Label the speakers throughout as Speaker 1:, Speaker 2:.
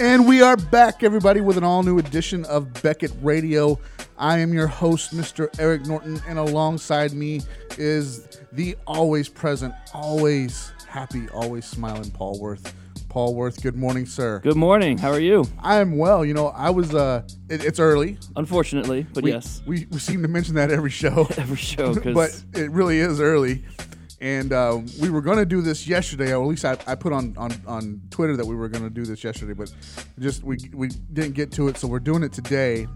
Speaker 1: And we are back, everybody, with an all new edition of Beckett Radio. I am your host, Mr. Eric Norton, and alongside me is the always present, always happy, always smiling Paul Worth. Paul Worth, good morning, sir.
Speaker 2: Good morning. How are you?
Speaker 1: I am well. You know, I was, uh, it, it's early.
Speaker 2: Unfortunately, but
Speaker 1: We,
Speaker 2: yes,
Speaker 1: we, we seem to mention that every show,
Speaker 2: every show
Speaker 1: but
Speaker 2: because
Speaker 1: it really is early. And uh, we were going to do this yesterday, or at least I, I put on, on, on Twitter that we were going to do this yesterday, but just we, we didn't get to it. So we're doing it today,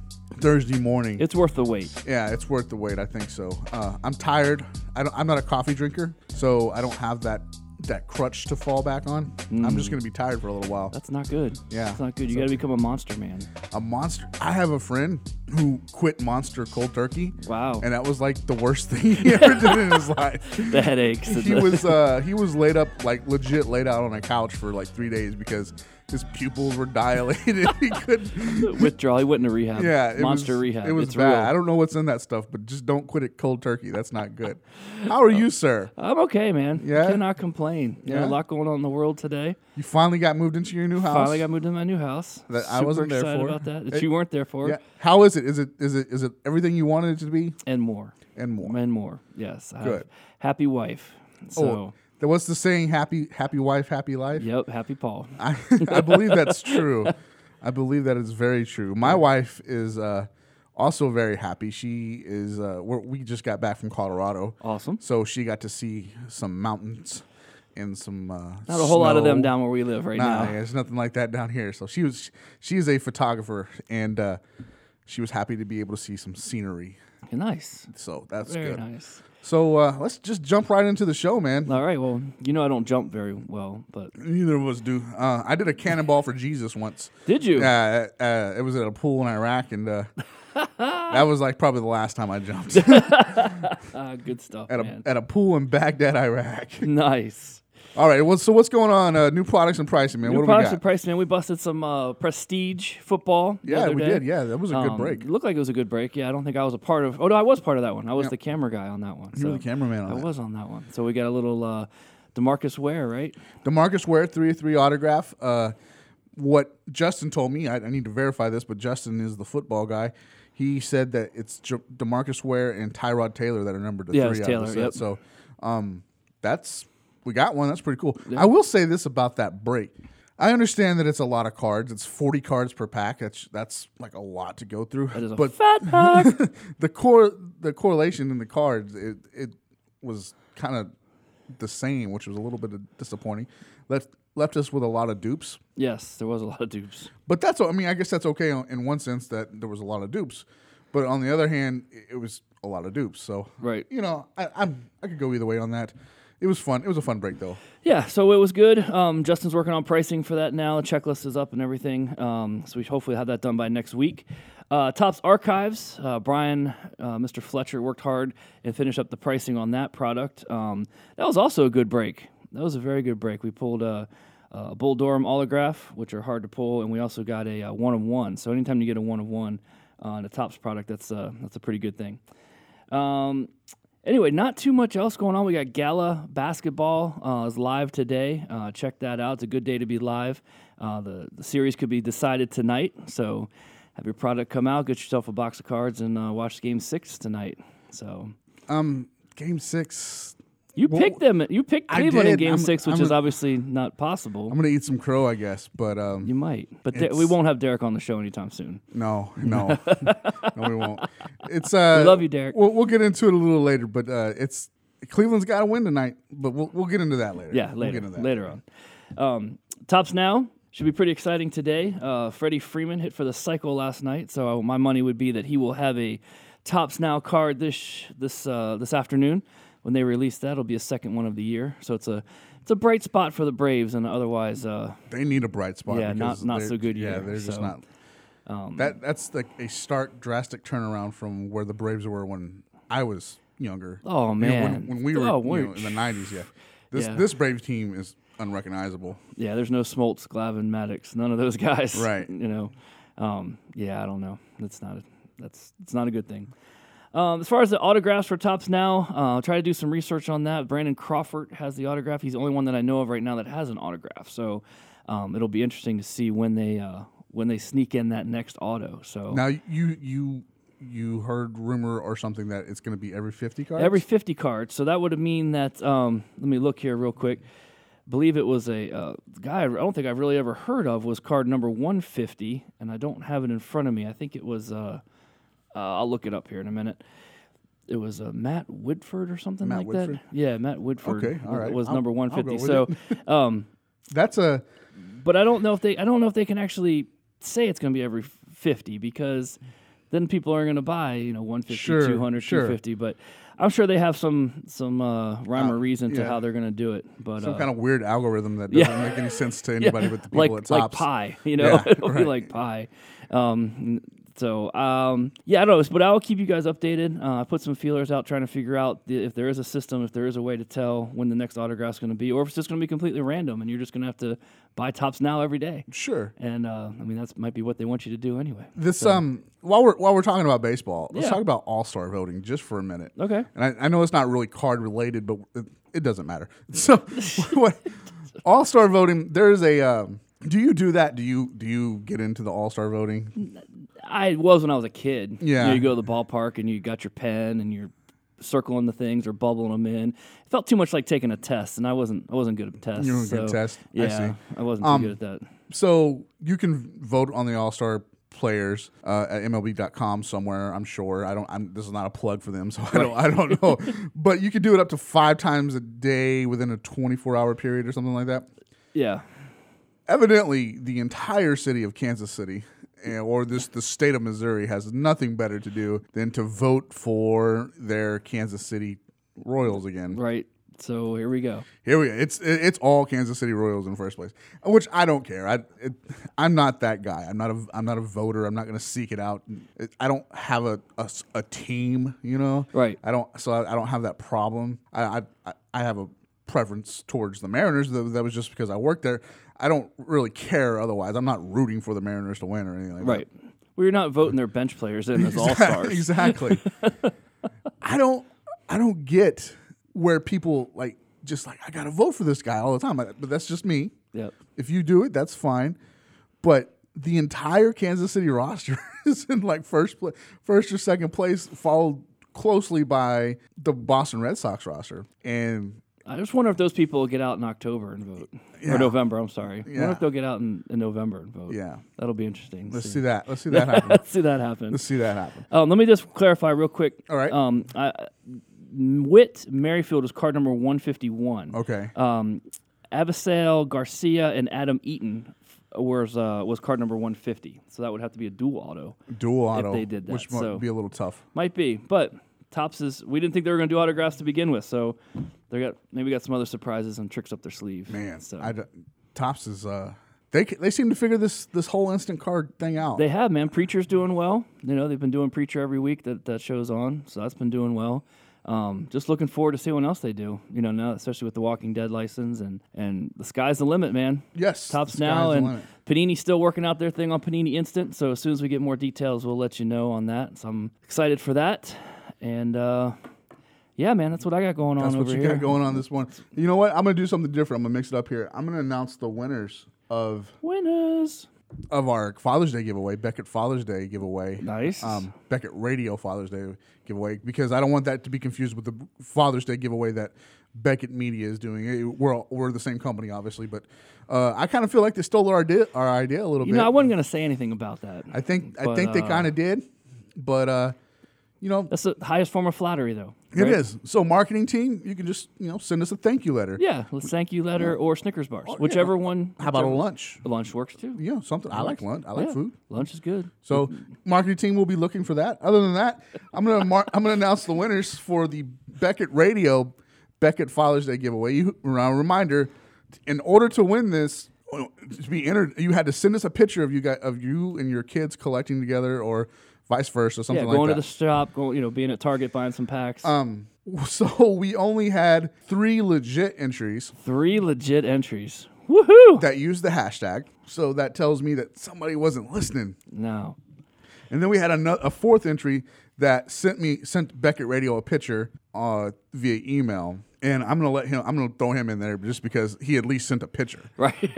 Speaker 1: Thursday morning.
Speaker 2: it's worth the wait.
Speaker 1: Yeah, it's worth the wait. I think so. Uh, I'm tired. I don't, I'm not a coffee drinker, so I don't have that that crutch to fall back on. I'm just gonna be tired for a little while.
Speaker 2: That's not good.
Speaker 1: Yeah.
Speaker 2: it's not good. You
Speaker 1: So-
Speaker 2: got to become a monster man.
Speaker 1: A monster. I have a friend who quit Monster cold turkey.
Speaker 2: Wow.
Speaker 1: And that was like the worst thing he ever did in his life.
Speaker 2: The headaches. and
Speaker 1: He
Speaker 2: the-
Speaker 1: was uh, he was laid up like legit laid out on a couch for like three days because his pupils were dilated. he couldn't.
Speaker 2: withdrawal. He went into rehab.
Speaker 1: Yeah, it
Speaker 2: monster
Speaker 1: was,
Speaker 2: rehab.
Speaker 1: It was
Speaker 2: it's
Speaker 1: bad. I
Speaker 2: real.
Speaker 1: don't know what's in that stuff, but just don't quit it cold turkey. That's not good. How are you, sir?
Speaker 2: I'm okay, man.
Speaker 1: Yeah?
Speaker 2: cannot complain. You know,
Speaker 1: Yeah?
Speaker 2: a lot going on in the world today.
Speaker 1: You finally got moved into your new house.
Speaker 2: Finally got moved into my new house.
Speaker 1: That I
Speaker 2: Super
Speaker 1: wasn't there
Speaker 2: excited
Speaker 1: for.
Speaker 2: about that. That
Speaker 1: It-
Speaker 2: you weren't there for,
Speaker 1: Yeah. How is it? Is it is it is it everything you wanted it to be
Speaker 2: and more,
Speaker 1: and more?
Speaker 2: and more. Yes. I have
Speaker 1: Good. Oh.
Speaker 2: Happy wife. So.
Speaker 1: there was the saying happy happy wife happy life.
Speaker 2: Yep, happy Paul.
Speaker 1: I, I believe that's true. I believe that is very true. My wife is uh, also very happy. She is. Uh, we're, we just got back from Colorado,
Speaker 2: Awesome.
Speaker 1: so she got to see some mountains and some. Uh,
Speaker 2: Not a whole lot of them
Speaker 1: snow.
Speaker 2: down where we live right
Speaker 1: Nah,
Speaker 2: now.
Speaker 1: yeah, there's nothing like that down here. So she was, she is a photographer, and uh, she was happy to be able to see some scenery.
Speaker 2: Nice.
Speaker 1: So that's
Speaker 2: Very
Speaker 1: good.
Speaker 2: nice.
Speaker 1: So uh, let's just jump right into the show, man.
Speaker 2: All right. Well, you know I don't jump very well, but
Speaker 1: Neither of us do. Uh, I did a cannonball for Jesus once.
Speaker 2: did you?
Speaker 1: Uh, uh, it was at a pool in Iraq, and uh, that was like probably the last time I jumped
Speaker 2: Ah, good stuff,
Speaker 1: at a
Speaker 2: man.
Speaker 1: at a pool in Baghdad, Iraq.
Speaker 2: nice.
Speaker 1: All right, well, so what's going on? Uh, new products and pricing, man.
Speaker 2: New
Speaker 1: what do we
Speaker 2: products
Speaker 1: got?
Speaker 2: and price, man. We busted some uh, prestige football. the
Speaker 1: yeah,
Speaker 2: other
Speaker 1: we
Speaker 2: day.
Speaker 1: did. Yeah, that was a good
Speaker 2: Um,
Speaker 1: break.
Speaker 2: Looked like it was a good break. Yeah, I don't think I was a part of. Oh no, I was part of that one. I was the camera guy on that one.
Speaker 1: You were
Speaker 2: so
Speaker 1: the cameraman on
Speaker 2: I
Speaker 1: that.
Speaker 2: was on that one. So we got a little uh, Demarcus Ware, right?
Speaker 1: Demarcus Ware, three three autograph. Uh, what Justin told me, I, I need to verify this, but Justin is the football guy. He said that it's J- Demarcus Ware and Tyrod Taylor that are numbered to
Speaker 2: Yeah, it
Speaker 1: three
Speaker 2: was
Speaker 1: out of
Speaker 2: Taylor,
Speaker 1: the set.
Speaker 2: yep.
Speaker 1: So, um, that's we got one. That's pretty cool. I will say this about that break. I understand that it's a lot of cards. It's forty cards per pack. That's that's like a lot to go through.
Speaker 2: That is a
Speaker 1: but
Speaker 2: fat hug.
Speaker 1: the core the correlation in the cards it it was kind of the same, which was a little bit disappointing. Left left us with a lot of dupes,
Speaker 2: yes, there was a lot of dupes.
Speaker 1: but that's I mean I guess that's okay in one sense that there was a lot of dupes, but on the other hand it- it was a lot of dupes. So
Speaker 2: Right.
Speaker 1: you know I, I'm I could go either way on that. It was fun. It was a fun break though.
Speaker 2: Yeah, so it was good. Um, Justin's working on pricing for that now. Checklist is up and everything. Um, so we hopefully have that done by next week. Uh, Tops Archives, uh, Brian, uh, Mr. Fletcher worked hard and finished up the pricing on that product. Um, that was also a good break. That was a very good break. We pulled a, a Bull Durham autograph, which are hard to pull, and we also got a, uh one of one. So anytime you get a one of one on a Tops product, that's uh, that's a pretty good thing. Um, anyway, not too much else going on. We got Gala basketball uh, is live today. Uh, check that out. It's a good day to be live. Uh, the, the series could be decided tonight. So have your product come out, get yourself a box of cards, and uh, watch Game Six tonight. So
Speaker 1: Um, game six.
Speaker 2: you picked them. You picked
Speaker 1: I
Speaker 2: Cleveland in
Speaker 1: did.
Speaker 2: Game
Speaker 1: I'm-
Speaker 2: Six, which
Speaker 1: I'm
Speaker 2: is
Speaker 1: a-
Speaker 2: obviously not possible.
Speaker 1: I'm gonna eat some crow, I guess, but um,
Speaker 2: you might, but there- we
Speaker 1: It's-
Speaker 2: won't have Derek on the show anytime soon.
Speaker 1: No, no, no, we won't. It's uh,
Speaker 2: We love you, Derek.
Speaker 1: We'll, we'll get into it a little later, but uh, it's Cleveland's got to win tonight, but we'll we'll get into that later.
Speaker 2: Yeah,
Speaker 1: We'll
Speaker 2: later,
Speaker 1: get into that.
Speaker 2: later on. Um, tops now should be pretty exciting today. Uh, Freddie Freeman hit for the cycle last night, so my money would be that he will have a tops now card this this uh, this afternoon when they release that. It'll be a second one of the year, so it's a it's a bright spot for the Braves, and otherwise, uh,
Speaker 1: They need a bright spot.
Speaker 2: Yeah, not-
Speaker 1: because
Speaker 2: not
Speaker 1: they're-
Speaker 2: so good
Speaker 1: Yeah,
Speaker 2: year,
Speaker 1: they're just
Speaker 2: so,
Speaker 1: not.
Speaker 2: um,
Speaker 1: that that's like a stark, drastic turnaround from where the Braves were when I was younger.
Speaker 2: Oh,
Speaker 1: You know,
Speaker 2: man.
Speaker 1: when, when we were
Speaker 2: Oh,
Speaker 1: you
Speaker 2: we're-
Speaker 1: know, in the '90s, yeah. This
Speaker 2: Yeah.
Speaker 1: this Braves team is unrecognizable.
Speaker 2: yeah, there's no Smoltz, Glavin, Maddox, none of those guys.
Speaker 1: Right.
Speaker 2: You know, um, yeah, I don't know. That's not a, that's it's not a good thing. Um, as far as the autographs for tops now, uh, try to do some research on that. Brandon Crawford has the autograph. He's the only one that I know of right now that has an autograph. So um, it'll be interesting to see when they uh, when they sneak in that next auto. So
Speaker 1: Now you you you heard rumor or something that it's going to be every 50 cards.
Speaker 2: every 50 cards. So that would mean that. Um, let me look here real quick. Believe it was a uh, guy I don't think I've really ever heard of was card number 150, and I don't have it in front of me. I think it was. Uh, uh, I'll look it up here in a minute. It was uh, Matt Whitford or something
Speaker 1: Matt
Speaker 2: like
Speaker 1: Whitford?
Speaker 2: that. Yeah, Matt Whitford.
Speaker 1: Okay, all
Speaker 2: wa-
Speaker 1: right.
Speaker 2: Was
Speaker 1: I'll-
Speaker 2: number
Speaker 1: I'll go
Speaker 2: 150.
Speaker 1: with
Speaker 2: So, um,
Speaker 1: that's a
Speaker 2: but I don't know if they I don't know if they can actually say it's going to be every 50 because then people aren't going to buy, you know, 150,
Speaker 1: Sure,
Speaker 2: 200,
Speaker 1: sure.
Speaker 2: 250, but I'm sure they have some some uh, rhyme or reason to
Speaker 1: yeah.
Speaker 2: how they're going to do it, but
Speaker 1: some
Speaker 2: uh,
Speaker 1: kind of weird algorithm that
Speaker 2: Yeah.
Speaker 1: doesn't make any sense to anybody but the people
Speaker 2: like
Speaker 1: at
Speaker 2: like
Speaker 1: Tops.
Speaker 2: pie, you know,
Speaker 1: Yeah,
Speaker 2: it'll be
Speaker 1: right.
Speaker 2: like pie. Um, so um, yeah, I don't know, but I'll keep you guys updated. Uh, I put some feelers out trying to figure out the, if there is a system, if there is a way to tell when the next autograph's going to be, or if it's just going to be completely random and you're just going to have to buy tops now every day.
Speaker 1: Sure.
Speaker 2: And uh, I mean, that's might be what they want you to do anyway.
Speaker 1: This um while we're while we're talking about baseball, let's
Speaker 2: Yeah.
Speaker 1: talk about All Star voting just for a minute.
Speaker 2: Okay.
Speaker 1: And I, I know it's not really card related, but it, it doesn't matter. So what All Star voting? There is a. Um, do you do that? Do you do you get into the All Star voting?
Speaker 2: I was when I was a kid. You know,
Speaker 1: Yeah.
Speaker 2: You, go to the ballpark and you got your pen and you're circling the things or bubbling them in. It felt too much like taking a test, and I wasn't. I wasn't good at tests.
Speaker 1: You weren't good
Speaker 2: so,
Speaker 1: at tests. I
Speaker 2: Yeah,
Speaker 1: see. Um,
Speaker 2: I wasn't too good at that.
Speaker 1: So you can vote on the All Star players uh, at MLB.com somewhere. I'm sure. I don't. I'm, this is not a plug for them, so I don't. I don't know. but you can do it up to five times a day within a 24 hour period or something like that.
Speaker 2: Yeah.
Speaker 1: evidently the entire city of Kansas City eh, or this the state of Missouri has nothing better to do than to vote for their Kansas City Royals again.
Speaker 2: Right. So here we go.
Speaker 1: Here we it's it- it's all Kansas City Royals in the first place, which I don't care. I it, I'm not that guy. I'm not a I'm not a voter. I'm not going to seek it out. It- I don't have a, a s- a team, you know.
Speaker 2: Right.
Speaker 1: I don't so I, I don't have that problem. I I I- I have a preference towards the Mariners. That, that was just because I worked there. I don't really care otherwise. I'm not rooting for the Mariners to win or anything like that.
Speaker 2: Right. Well, you're not voting their bench players in as all stars.
Speaker 1: exactly. I don't I don't get where people like just like I gotta vote for this guy all the time. I- But that's just me.
Speaker 2: Yep.
Speaker 1: If you do it, that's fine. But the entire Kansas City roster is in like first place, first or second place, followed closely by the Boston Red Sox roster. And
Speaker 2: I just wonder if those people will get out in October and vote
Speaker 1: Yeah.
Speaker 2: or November. I'm sorry. I
Speaker 1: Yeah.
Speaker 2: wonder if they'll get out in, in November and vote.
Speaker 1: yeah,
Speaker 2: That'll be interesting.
Speaker 1: let's see that. Let's see that happen.
Speaker 2: Let's see that happen.
Speaker 1: Let's see that happen.
Speaker 2: Um, let me just clarify real quick.
Speaker 1: All right.
Speaker 2: Um, I, Witt Merrifield is card number 151.
Speaker 1: Okay.
Speaker 2: Um, Avisail Garcia and Adam Eaton f- was uh, was card number 150. So that would have to be a dual auto.
Speaker 1: Dual auto.
Speaker 2: they did that,
Speaker 1: which might
Speaker 2: so-
Speaker 1: be a little tough.
Speaker 2: Might be, but Tops is we didn't think they were going to do autographs to begin with. So they got maybe got some other surprises and tricks up their sleeve.
Speaker 1: Man,
Speaker 2: so.
Speaker 1: I d- Tops is uh, they c- they seem to figure this this whole instant card thing out.
Speaker 2: They have, man. Preacher's doing well. You know, they've been doing Preacher every week that that show's on, so that's been doing well. Um, just looking forward to see what else they do. You know, now especially with the Walking Dead license and and the sky's the limit, man.
Speaker 1: yes,
Speaker 2: Tops
Speaker 1: the
Speaker 2: now
Speaker 1: sky's the
Speaker 2: and
Speaker 1: limit.
Speaker 2: Panini's still working out their thing on Panini Instant. So as soon as we get more details, we'll let you know on that. So I'm excited for that. And uh, yeah, man, that's what I got going
Speaker 1: That's
Speaker 2: on
Speaker 1: what
Speaker 2: over
Speaker 1: you
Speaker 2: here.
Speaker 1: got going on this one. You know what? I'm gonna do something different. I'm gonna mix it up here. I'm gonna announce the winners of Um,
Speaker 2: Winners.
Speaker 1: of our Father's Day giveaway, Beckett Father's Day giveaway,
Speaker 2: Nice.
Speaker 1: um, Beckett Radio Father's Day giveaway, because I don't want that to be confused with the Father's Day giveaway that Beckett Media is doing. It- We're all- we're the same company, obviously, but uh, I kind of feel like they stole our idea, our idea a little
Speaker 2: you
Speaker 1: bit.
Speaker 2: know, I wasn't gonna say anything about that.
Speaker 1: I think I
Speaker 2: But,
Speaker 1: think they
Speaker 2: uh,
Speaker 1: kind of did, but uh, you know
Speaker 2: that's the highest form of flattery, though.
Speaker 1: it
Speaker 2: right?
Speaker 1: is. So marketing team, you can just you know send us a thank you letter.
Speaker 2: Yeah, let's thank you letter or Snickers bars, whichever one.
Speaker 1: Oh, How about a
Speaker 2: whichever-
Speaker 1: lunch?
Speaker 2: lunch works too?
Speaker 1: Yeah, something. I like lunch. I like
Speaker 2: Yeah,
Speaker 1: food.
Speaker 2: Lunch is good.
Speaker 1: So marketing team will be looking for that. Other than that, I'm gonna mar- I'm gonna announce the winners for the Beckett Radio Beckett Father's Day giveaway. You a reminder, in order to win this, to be entered, you had to send us a picture of you guys, of you and your kids collecting together, or vice versa,
Speaker 2: Yeah,
Speaker 1: something like
Speaker 2: going
Speaker 1: that.
Speaker 2: to the shop, going you know, being at Target buying some packs.
Speaker 1: um, so we only had three legit entries
Speaker 2: Three legit entries. Woohoo!
Speaker 1: that used the hashtag. So that tells me that somebody wasn't listening.
Speaker 2: No.
Speaker 1: And then we had ano- a fourth entry that sent me sent Beckett Radio a picture uh, via email, and I'm gonna let him. I'm gonna throw him in there just because he at least sent a picture.
Speaker 2: right?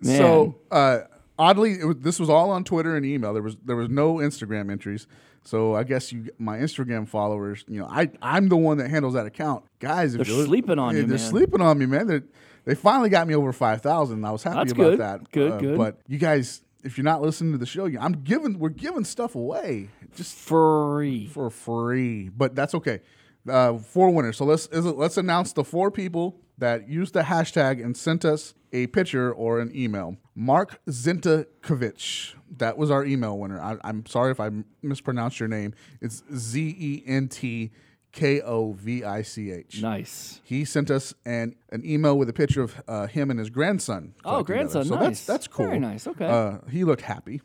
Speaker 2: Man.
Speaker 1: So uh, oddly, it was, this was all on Twitter and email. There was there was no Instagram entries. So I guess you, my Instagram followers, you know, I I'm the one that handles that account, guys. If
Speaker 2: They're
Speaker 1: you-
Speaker 2: sleeping on
Speaker 1: yeah,
Speaker 2: you,
Speaker 1: They're
Speaker 2: man.
Speaker 1: sleeping on me, man. They're, they finally got me over five thousand. I was happy
Speaker 2: That's
Speaker 1: about
Speaker 2: good.
Speaker 1: that. Uh,
Speaker 2: Good, good.
Speaker 1: But you guys, if you're not listening to the show, you- I'm giving we're giving stuff away just
Speaker 2: Free.
Speaker 1: for free. But that's okay. Uh, four winners. So let's is it, let's announce the four people that used the hashtag and sent us a picture or an email. Mark Zintakovich. That was our email winner. I, I'm sorry if I m- mispronounced your name. It's Z E N T K O V I C H.
Speaker 2: Nice.
Speaker 1: He sent us an, an email with a picture of uh, him and his grandson. collecting
Speaker 2: Oh,
Speaker 1: together.
Speaker 2: grandson.
Speaker 1: So
Speaker 2: nice.
Speaker 1: that's that's cool.
Speaker 2: Very nice. Okay.
Speaker 1: Uh, he looked happy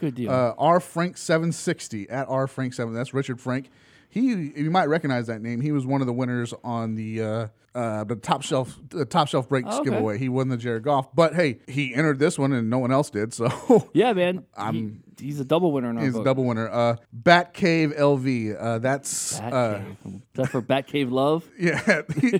Speaker 2: Good deal.
Speaker 1: uh, R Frank seven sixty at R Frank seven. That's Richard Frank. He you might recognize that name. He was one of the winners on the uh, uh, the top shelf the top shelf breaks
Speaker 2: Oh, okay.
Speaker 1: giveaway. He won the Jared Goff, but hey, he entered this one and no one else did. So
Speaker 2: yeah, man. I'm, he's a double winner in our
Speaker 1: he's a
Speaker 2: book.
Speaker 1: double winner. Uh, Batcave LV. Uh, that's uh,
Speaker 2: Batcave. Is that for Batcave Love?
Speaker 1: Yeah, he-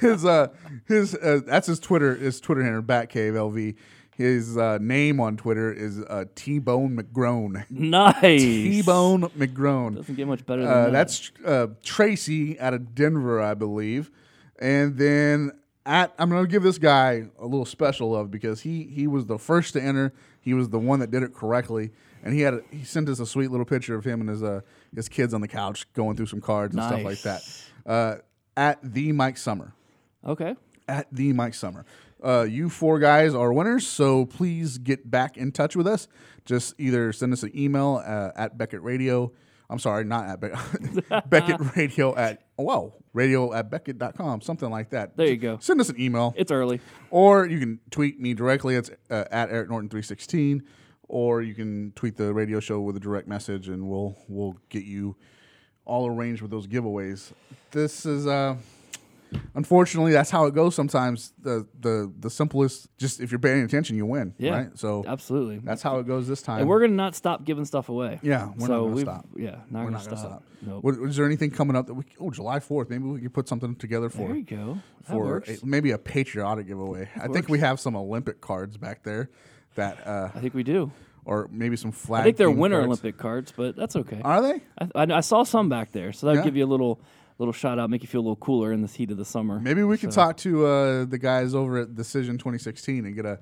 Speaker 1: his uh, his uh, that's his Twitter his Twitter handle Batcave LV. His uh, name on Twitter is uh, T Bone McGrone.
Speaker 2: Nice.
Speaker 1: T Bone McGrone.
Speaker 2: Doesn't get much better than
Speaker 1: Uh,
Speaker 2: that.
Speaker 1: that's uh, Tracy out of Denver, I believe. And then at I'm gonna give this guy a little special love because he he was the first to enter. He was the one that did it correctly, and he had a, he sent us a sweet little picture of him and his uh his kids on the couch going through some cards and stuff like
Speaker 2: Nice.
Speaker 1: that. Uh, at the Mike Summer,
Speaker 2: okay.
Speaker 1: at the Mike Summer. Uh, you four guys are winners, so please get back in touch with us. Just either send us an email uh, at Beckett Radio. I'm sorry, not at Beckett. Beckett Radio at, whoa, radio at Beckett.com, something like that.
Speaker 2: There you go.
Speaker 1: Send us an email,
Speaker 2: It's early.
Speaker 1: or you can tweet me directly. It's uh, at Eric Norton 316, or you can tweet the radio show with a direct message, and we'll we'll get you all arranged with those giveaways. This is uh, unfortunately that's how it goes sometimes. The the the simplest, just if you're paying attention, you win.
Speaker 2: Yeah.
Speaker 1: Right. So
Speaker 2: Absolutely.
Speaker 1: that's how it goes this time.
Speaker 2: and we're gonna not stop giving stuff away.
Speaker 1: Yeah, we're not
Speaker 2: so
Speaker 1: gonna
Speaker 2: we've-
Speaker 1: stop.
Speaker 2: Yeah, not
Speaker 1: We're
Speaker 2: gonna
Speaker 1: not gonna
Speaker 2: stop. Nope.
Speaker 1: What- is there anything coming up that we? Oh, July fourth. Maybe we could put something together for
Speaker 2: there you go. That
Speaker 1: for
Speaker 2: works.
Speaker 1: a, maybe a patriotic giveaway. I think we have some Olympic cards back there that, uh,
Speaker 2: I think we do.
Speaker 1: or maybe some flag.
Speaker 2: I think they're
Speaker 1: themed
Speaker 2: Winter
Speaker 1: cards.
Speaker 2: Olympic cards, but that's okay.
Speaker 1: Are they?
Speaker 2: I, I, I saw some back there, so that would
Speaker 1: Yeah.
Speaker 2: give you a little little shout out, make you feel a little cooler in this heat of the summer.
Speaker 1: Maybe we could talk to uh, the guys over at Decision 2016 and get a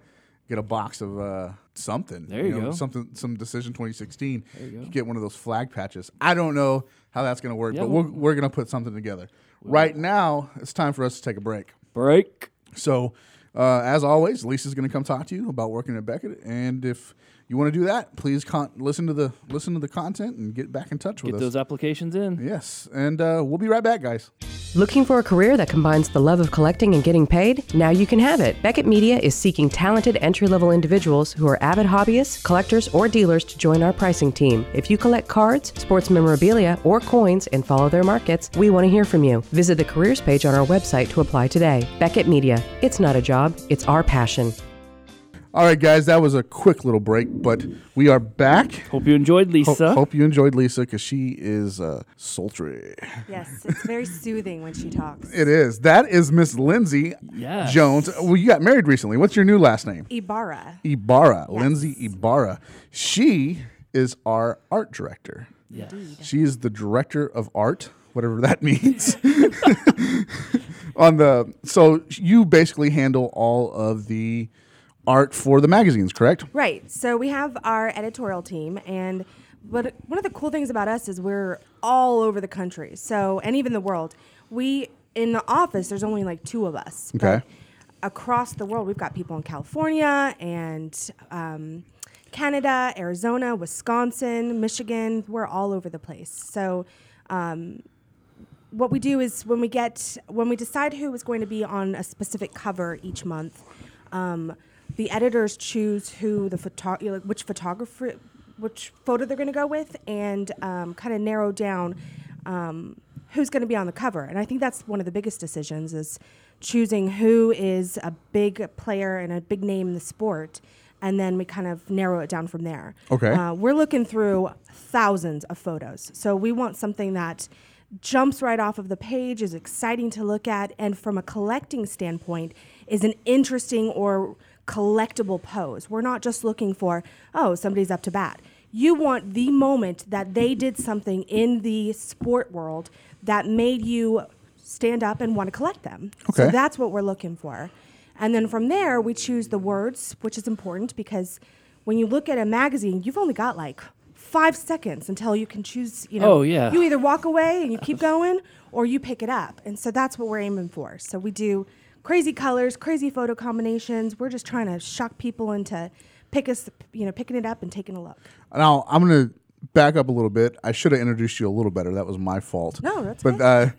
Speaker 1: get a box of uh, something.
Speaker 2: There you
Speaker 1: know,
Speaker 2: go.
Speaker 1: Something, some Decision 2016. There
Speaker 2: you go.
Speaker 1: Get one of those flag patches. I don't know how that's going to work,
Speaker 2: Yeah,
Speaker 1: but
Speaker 2: we'll-
Speaker 1: we're, we're going to put something together. Right now, it's time for us to take a break.
Speaker 2: Break.
Speaker 1: So, uh, as always, Lisa's going to come talk to you about working at Beckett, and if you want to do that, please con- listen to the listen to the content and get back in touch
Speaker 2: Get
Speaker 1: with us.
Speaker 2: those applications in.
Speaker 1: Yes, and uh, we'll be right back, guys.
Speaker 3: Looking for a career that combines the love of collecting and getting paid? Now you can have it. Beckett Media is seeking talented entry level individuals who are avid hobbyists, collectors, or dealers to join our pricing team. If you collect cards, sports memorabilia, or coins and follow their markets, we want to hear from you. Visit the careers page on our website to apply today. Beckett Media. It's not a job, it's our passion.
Speaker 1: All right, guys, that was a quick little break, but we are back.
Speaker 2: Hope you enjoyed,
Speaker 1: Ho-
Speaker 2: Lisa.
Speaker 1: hope you enjoyed Lisa because she is uh, sultry.
Speaker 4: Yes, it's very soothing when she talks.
Speaker 1: It is. That is Miss Lindsay
Speaker 2: Yes.
Speaker 1: Jones. Well, you got married recently. What's your new last name?
Speaker 4: Ibarra.
Speaker 1: Ibarra.
Speaker 4: Yes.
Speaker 1: Lindsay Ibarra. She is our art director.
Speaker 2: Yes.
Speaker 1: She is the director of art, whatever that means. On the so you basically handle all of the art for the magazines, correct?
Speaker 4: Right. So we have our editorial team, and but one of the cool things about us is we're all over the country, so and even the world. We in the office, there's only like two of us. but
Speaker 1: Okay.
Speaker 4: Across the world, we've got people in California and um, Canada, Arizona, Wisconsin, Michigan. We're all over the place. So. Um, what we do is when we get when we decide who is going to be on a specific cover each month, um, the editors choose who the photo- you know, like which photographer, which photo they're going to go with, and um, kind of narrow down um, who's going to be on the cover. And I think that's one of the biggest decisions is choosing who is a big player and a big name in the sport and then we kind of narrow it down from there.
Speaker 1: Okay.
Speaker 4: Uh, we're looking through thousands of photos, so we want something that jumps right off of the page, is exciting to look at, and from a collecting standpoint, is an interesting or collectible pose. We're not just looking for oh somebody's up to bat. You want the moment that they did something in the sport world that made you stand up and want to collect them. So
Speaker 1: Okay.
Speaker 4: that's what we're looking for. And then from there, we choose the words, which is important because when you look at a magazine, you've only got like five seconds until you can choose, you know.
Speaker 2: Oh, yeah.
Speaker 4: You either walk away and you keep going or you pick it up. And so that's what we're aiming for. So we do crazy colors, crazy photo combinations. We're just trying to shock people into pick us, you know, picking it up and taking a look.
Speaker 1: Now I'm gonna back up a little bit. I should have introduced you a little better. That was my fault.
Speaker 4: No, that's
Speaker 1: but uh,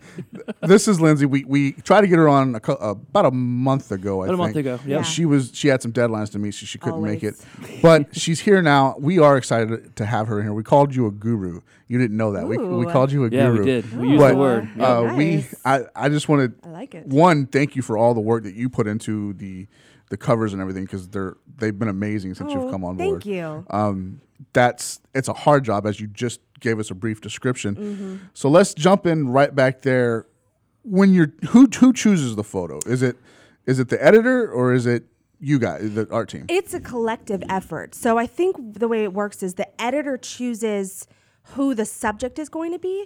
Speaker 1: this is Lindsay. We we tried to get her on a, cou- uh, about a month ago. I
Speaker 2: About a
Speaker 1: think.
Speaker 2: month ago, yep. Yeah.
Speaker 1: She was she had some deadlines to meet, so she couldn't make it. But she's here now. We are excited to have her here. We called you a guru. You didn't know that. We, we
Speaker 4: Ooh.
Speaker 1: called you a
Speaker 2: Yeah,
Speaker 1: guru.
Speaker 2: we did. We used
Speaker 1: But,
Speaker 2: the word.
Speaker 4: Yeah.
Speaker 1: Uh, We
Speaker 4: Nice.
Speaker 1: I I just wanted
Speaker 4: I like it.
Speaker 1: one thank you for all the work that you put into the the covers and everything because they're they've been amazing since
Speaker 4: Oh,
Speaker 1: you've come on board
Speaker 4: thank you.
Speaker 1: um, that's it's a hard job as you just gave us a brief description so let's jump in right back there when you're who who chooses the photo is it is it the editor or is it you guys the art team
Speaker 4: It's a collective effort. So I think the way it works is the editor chooses who the subject is going to be,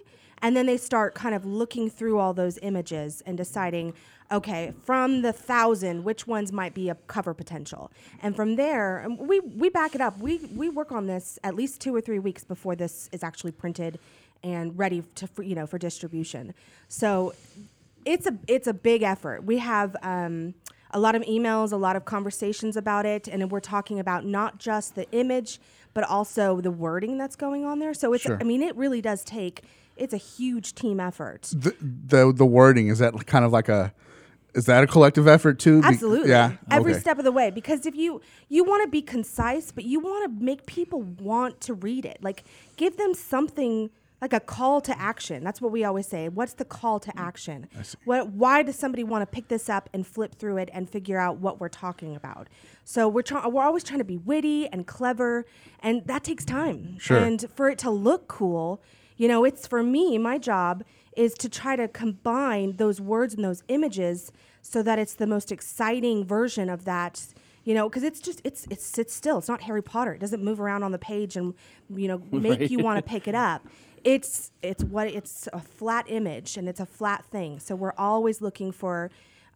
Speaker 4: and then they start kind of looking through all those images and deciding, okay, from the thousand, which ones might be a cover potential. And from there, and we we back it up. We we work on this at least two or three weeks before this is actually printed and ready to for, you know for distribution. So it's a it's a big effort. We have um, a lot of emails, a lot of conversations about it, and we're talking about not just the image, but also the wording that's going on there. So it's I mean, it really does take. It's a huge team effort.
Speaker 1: the, the the wording is that kind of like a is that a collective effort too Be-
Speaker 4: Absolutely.
Speaker 1: yeah
Speaker 4: Every
Speaker 1: okay.
Speaker 4: step of the way, because if you you want to be concise, but you want to make people want to read it, like give them something like a call to action. That's what we always say. What's the call to action? What? Why does somebody want to pick this up and flip through it and figure out what we're talking about? So we're trying. We're always trying to be witty and clever, and that takes time.
Speaker 1: Sure.
Speaker 4: And for it to look cool, you know, it's for me, my job is to try to combine those words and those images so that it's the most exciting version of that, you know, because it's just, it's, it sits still. It's not Harry Potter. It doesn't move around on the page and, you know, make you want to pick it up. It's, it's what, it's a flat image and it's a flat thing. So we're always looking for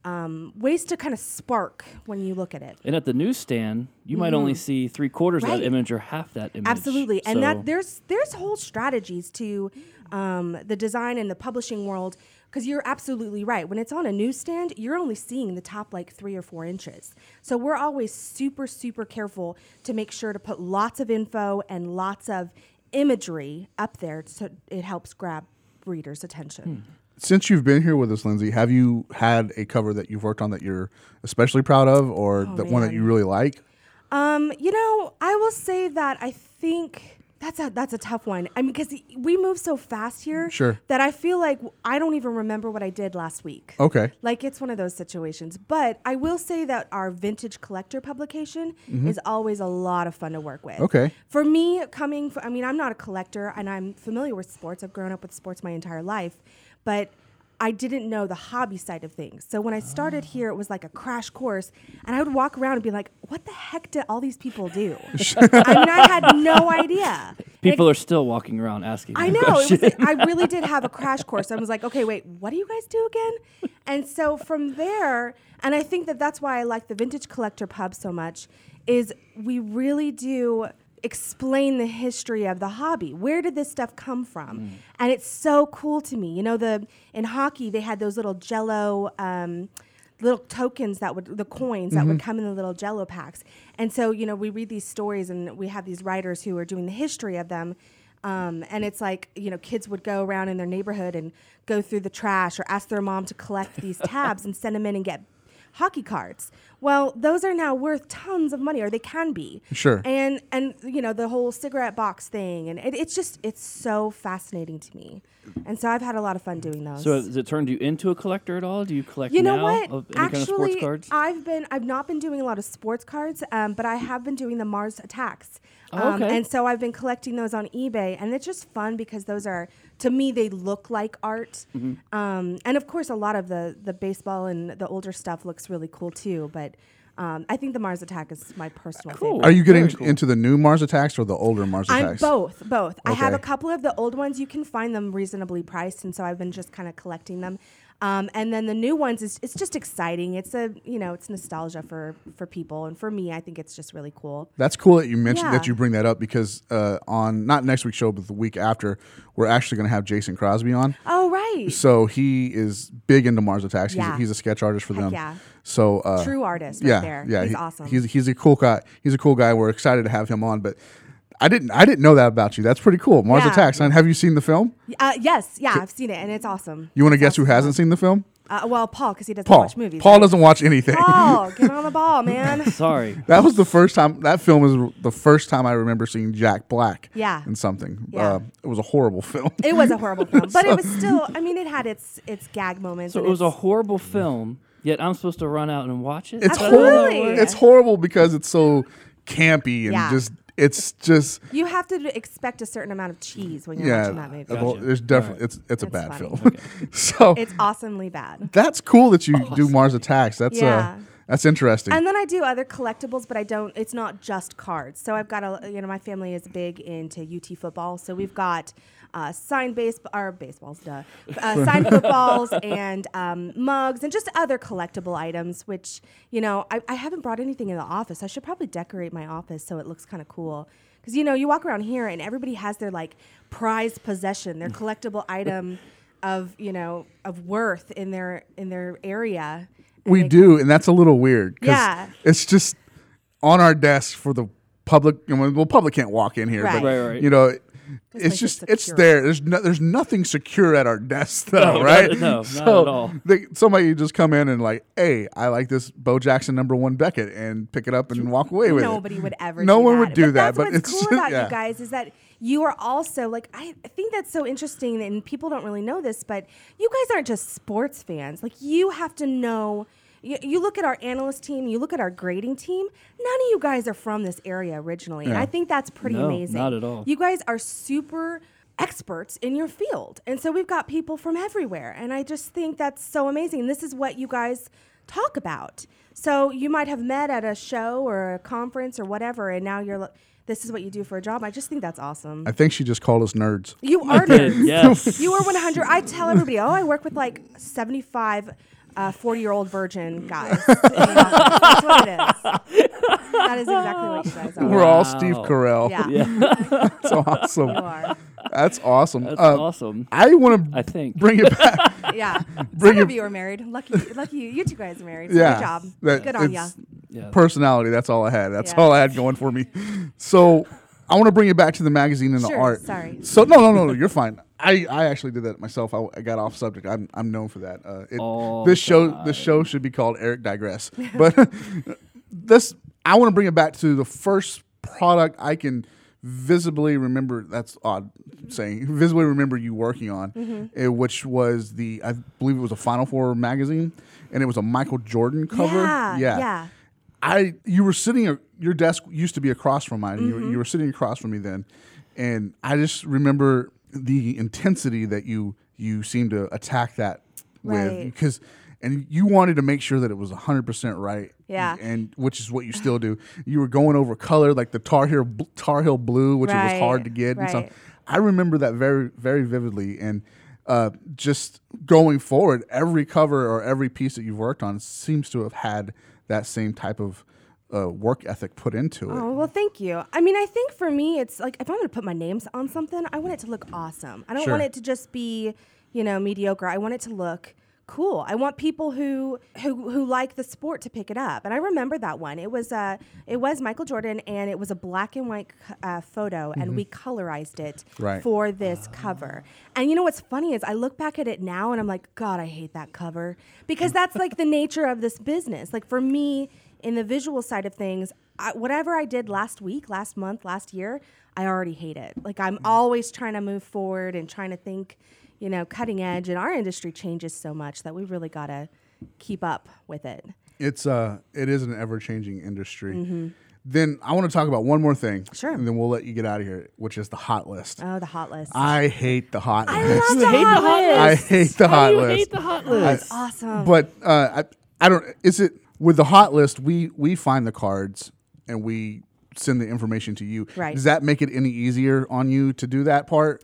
Speaker 4: um, ways to kind of spark when you look at it.
Speaker 2: And at the newsstand, you might only see three quarters of
Speaker 4: Mm. Right.
Speaker 2: that image or half that image.
Speaker 4: Absolutely, and
Speaker 2: So-
Speaker 4: that there's there's whole strategies to um, the design and the publishing world because you're absolutely right. When it's on a newsstand, you're only seeing the top like three or four inches. So we're always super super careful to make sure to put lots of info and lots of imagery up there so it helps grab readers' attention.
Speaker 2: Hmm.
Speaker 1: since you've been here with us lindsay have you had a cover that you've worked on that you're especially proud of or the one that
Speaker 4: Oh, man.
Speaker 1: you really like
Speaker 4: Um, you know, I will say that I think that's a that's a tough one. I mean, because we move so fast here,
Speaker 1: Sure.
Speaker 4: that I feel like I don't even remember what I did last week.
Speaker 1: okay
Speaker 4: Like it's one of those situations. But I will say that our vintage collector publication is always a lot of fun to work with.
Speaker 1: Okay.
Speaker 4: For me, coming, f I I mean, I'm not a collector and I'm familiar with sports. I've grown up with sports my entire life, but I didn't know the hobby side of things. So when I started here, it was like a crash course, and I would walk around and be like, what the heck do all these people do? I mean, I had no idea. And it
Speaker 2: people are still walking around asking.
Speaker 4: I
Speaker 2: that
Speaker 4: know.
Speaker 2: question.
Speaker 4: It was, I really did have a crash course. I was like, okay, wait, what do you guys do again? And so from there, and I think that that's why I like the vintage collector pub so much, is we really do explain the history of the hobby. Where did this stuff come from? And it's so cool to me. You know, the in hockey they had those little Jello. Um, little tokens that would the coins that would come in the little jello packs and so you know we read these stories and we have these writers who are doing the history of them um, and it's like you know kids would go around in their neighborhood and go through the trash or ask their mom to collect these tabs and send them in and get hockey cards well those are now worth tons of money or they can be
Speaker 1: Sure.
Speaker 4: and and you know the whole cigarette box thing and it, it's just it's so fascinating to me And so I've had a lot of fun doing those.
Speaker 2: So has it turned you into a collector at all? Do you collect
Speaker 4: you know
Speaker 2: now
Speaker 4: what?
Speaker 2: of any
Speaker 4: Actually,
Speaker 2: kind of sports cards?
Speaker 4: I've been I've not been doing a lot of sports cards, um, but I have been doing the Mars attacks.
Speaker 2: Oh,
Speaker 4: Um,
Speaker 2: okay.
Speaker 4: And so I've been collecting those on eBay, and it's just fun because those are to me they look like art.
Speaker 2: Mm-hmm.
Speaker 4: Um, and of course, a lot of the the baseball and the older stuff looks really cool too. But um, I think the Mars attack is my personal
Speaker 2: Cool.
Speaker 4: favorite.
Speaker 1: Are you getting
Speaker 2: Very cool.
Speaker 1: into the new Mars attacks or the older Mars
Speaker 4: I'm
Speaker 1: attacks?
Speaker 4: both, both. I have a
Speaker 1: Okay.
Speaker 4: couple of the old ones. You can find them reasonably priced, and so I've been just kind of collecting them. Um, and then the new ones is it's just exciting. It's a you know it's nostalgia for for people, and for me, I think it's just really cool.
Speaker 1: That's cool that you mentioned that
Speaker 4: Yeah.
Speaker 1: you bring that up because uh, on not next week's show but the week after we're actually going to have Jason Crosby on.
Speaker 4: Oh right,
Speaker 1: So he is big into Mars attacks. He's,
Speaker 4: Yeah.
Speaker 1: he's a sketch artist for
Speaker 4: Heck
Speaker 1: them.
Speaker 4: yeah.
Speaker 1: So uh,
Speaker 4: true artist right
Speaker 1: yeah,
Speaker 4: there.
Speaker 1: yeah,
Speaker 4: he's
Speaker 1: he-
Speaker 4: awesome.
Speaker 1: He's he's a cool guy. He's a cool guy. We're excited to have him on. But I didn't I didn't know that about you. That's pretty cool. Mars
Speaker 4: Yeah.
Speaker 1: attacks. And have you seen the film?
Speaker 4: uh, yes, yeah, I've seen it, and it's awesome.
Speaker 1: You want to
Speaker 4: It's
Speaker 1: guess who
Speaker 4: awesome.
Speaker 1: hasn't seen the film?
Speaker 4: Uh, well, Paul, because he doesn't
Speaker 1: Paul.
Speaker 4: watch movies.
Speaker 1: Paul
Speaker 4: right?
Speaker 1: doesn't watch anything.
Speaker 4: Paul, get on the ball, man.
Speaker 2: Sorry.
Speaker 1: That was the first time. That film was the first time I remember seeing Jack Black.
Speaker 4: Yeah.
Speaker 1: In something.
Speaker 4: Yeah.
Speaker 1: Uh, it was a horrible film.
Speaker 4: It was a horrible film, but it was still. I mean, it had its its gag moments.
Speaker 2: So
Speaker 4: and
Speaker 2: it was a
Speaker 4: its-
Speaker 2: horrible film, yet I'm supposed to run out and watch it?
Speaker 1: It's
Speaker 2: Is that how that
Speaker 1: horrible.
Speaker 4: Absolutely.
Speaker 1: It's horrible because it's so campy and
Speaker 4: Yeah.
Speaker 1: just. It's just.
Speaker 4: You have to d- expect a certain amount of cheese when you're
Speaker 1: yeah.
Speaker 4: watching that movie.
Speaker 1: uh, well, There's definitely. It's it's a
Speaker 4: That's
Speaker 1: bad
Speaker 4: funny.
Speaker 1: film. so
Speaker 4: It's awesomely bad.
Speaker 1: that's cool that you do Mars Attacks. That's
Speaker 4: Yeah.
Speaker 1: uh. That's interesting.
Speaker 4: And then I do other collectibles, but I don't. It's not just cards. So I've got a. You know, my family is big into UT football, so we've got uh, signed baseball or baseballs, duh, uh, signed footballs and um, mugs and just other collectible items. Which you know, I, I haven't brought anything in the office. I should probably decorate my office so it looks kind of cool. Because you know, you walk around here and everybody has their like prized possession, their collectible item of you know of worth in their in their area. And
Speaker 1: we
Speaker 4: they-
Speaker 1: do, and that's a little weird. 'cause
Speaker 4: Yeah.
Speaker 1: It's just on our desk for the public. and when- Well, public can't walk in here,
Speaker 4: Right.
Speaker 1: but
Speaker 2: Right, right.
Speaker 1: you know,
Speaker 4: place
Speaker 1: it's
Speaker 4: is
Speaker 1: just it's
Speaker 4: secure.
Speaker 1: there. There's no, there's nothing secure at our desk though,
Speaker 2: not-
Speaker 1: right?
Speaker 2: no, not
Speaker 1: so
Speaker 2: at all.
Speaker 1: They, somebody could just come in and like, hey, I like this Bo Jackson number one Beckett, and pick it up and walk away with
Speaker 4: Nobody
Speaker 1: it.
Speaker 4: would ever.
Speaker 1: No
Speaker 4: do
Speaker 1: one
Speaker 4: that.
Speaker 1: would do
Speaker 4: but
Speaker 1: that,
Speaker 4: That's
Speaker 1: but
Speaker 4: what's
Speaker 1: it's
Speaker 4: cool
Speaker 1: just-
Speaker 4: about
Speaker 1: yeah.
Speaker 4: you guys is that you are also like I I think that's so interesting, and people don't really know this, but you guys aren't just sports fans. Like you have to know. You, you look at our analyst team, you look at our grading team. None of you guys are from this area originally, and
Speaker 1: Yeah.
Speaker 4: I think that's pretty
Speaker 2: No,
Speaker 4: amazing.
Speaker 2: not at all.
Speaker 4: You guys are super experts in your field, and so we've got people from everywhere, and I just think that's so amazing. This is what you guys talk about. So you might have met at a show or a conference or whatever, and now you're. lo- This is what you do for a job. I just think that's awesome.
Speaker 1: I think she just called us nerds.
Speaker 4: You are
Speaker 2: Good,
Speaker 4: nerds.
Speaker 2: yes.
Speaker 4: You are 100. I tell everybody, oh, I work with like 75, uh, 40 year old virgin guys. in the office. That's what it is. That is exactly what you guys are.
Speaker 1: We're all Steve
Speaker 2: Wow.
Speaker 1: Carell.
Speaker 4: yeah,
Speaker 1: That's awesome.
Speaker 4: you are.
Speaker 1: That's awesome.
Speaker 2: That's
Speaker 4: Um,
Speaker 1: Uh,
Speaker 2: awesome.
Speaker 1: I want
Speaker 2: I
Speaker 1: to
Speaker 2: think.
Speaker 1: bring it back.
Speaker 4: Yeah.
Speaker 1: Bring
Speaker 4: Some of
Speaker 1: it-
Speaker 4: you are married. Lucky, lucky you. You two guys are married.
Speaker 1: Yeah,
Speaker 4: Good job.
Speaker 1: that-
Speaker 4: Good on ya.
Speaker 1: it's-
Speaker 2: Yeah.
Speaker 1: personality. That's all I had. That's
Speaker 4: Yeah.
Speaker 1: all I had going for me. So I want to bring it back to the magazine and the
Speaker 4: Sure,
Speaker 1: art.
Speaker 4: sorry.
Speaker 1: So no, no, no, no. You're fine. I, I actually did that myself. I, I got off subject. I'm, I'm known for that. Uh, it,
Speaker 2: All
Speaker 1: this show this show should be called Eric digress. But this I want to bring it back to the first product I can visibly remember. That's odd saying visibly remember you working on,
Speaker 4: Mm-hmm.
Speaker 1: eh, which was the I believe it was a Final Four magazine, and it was a Michael Jordan cover.
Speaker 4: Yeah, yeah.
Speaker 1: I you were sitting a- your desk used to be across from mine. You, were,
Speaker 4: Mm-hmm.
Speaker 1: you were sitting across from me then, and I just remember the intensity that you you seemed to attack that with
Speaker 4: Right.
Speaker 1: because and you wanted to make sure that it was 100% right
Speaker 4: Yeah.
Speaker 1: and which is what you still do you were going over color like the tar heel bl- tar heel blue which it was
Speaker 4: Right,
Speaker 1: hard to get and
Speaker 4: right.
Speaker 1: stuff i remember that very very vividly and uh, just going forward every cover or every piece that you've worked on seems to have had that same type of uh, work ethic put into it
Speaker 4: Oh, well, thank you. I mean, I think for me, it's like if I'm going to put my names on something, I want it to look awesome. I don't
Speaker 1: Sure.
Speaker 4: want it to just be, you know, mediocre. I want it to look cool. I want people who who who like the sport to pick it up. And I remember that one. It was uh it was Michael Jordan and it was a black and white c- uh, photo and we
Speaker 1: Mm-hmm.
Speaker 4: colorized it
Speaker 1: Right.
Speaker 4: for this cover. And you know what's funny is I look back at it now and I'm like, God, I hate that cover because that's like the nature of this business. Like for me, in the visual side of things, I, whatever I did last week, last
Speaker 2: Mm-hmm.
Speaker 4: month, last year, I already hate it. Like I'm always trying to move forward and trying to think, you know, cutting edge. And our industry changes so much that we really got to keep up with it.
Speaker 1: It's uh, it is an ever changing industry. Then I want to talk about one more thing.
Speaker 4: Mm-hmm. Sure.
Speaker 1: And then we'll let you get out of here, which is the hot list.
Speaker 4: Oh, the hot list.
Speaker 1: I hate the hot
Speaker 4: I
Speaker 1: list.
Speaker 2: You
Speaker 4: love
Speaker 2: hate the hot list.
Speaker 1: I hate the
Speaker 2: How
Speaker 1: hot
Speaker 2: do you
Speaker 1: list.
Speaker 2: hate the hot list?
Speaker 4: It's awesome.
Speaker 1: But uh, I, I don't. Is it with the hot list? We we find the cards and we send the information to you.
Speaker 4: Right.
Speaker 1: Does that make it any easier on you to do that part?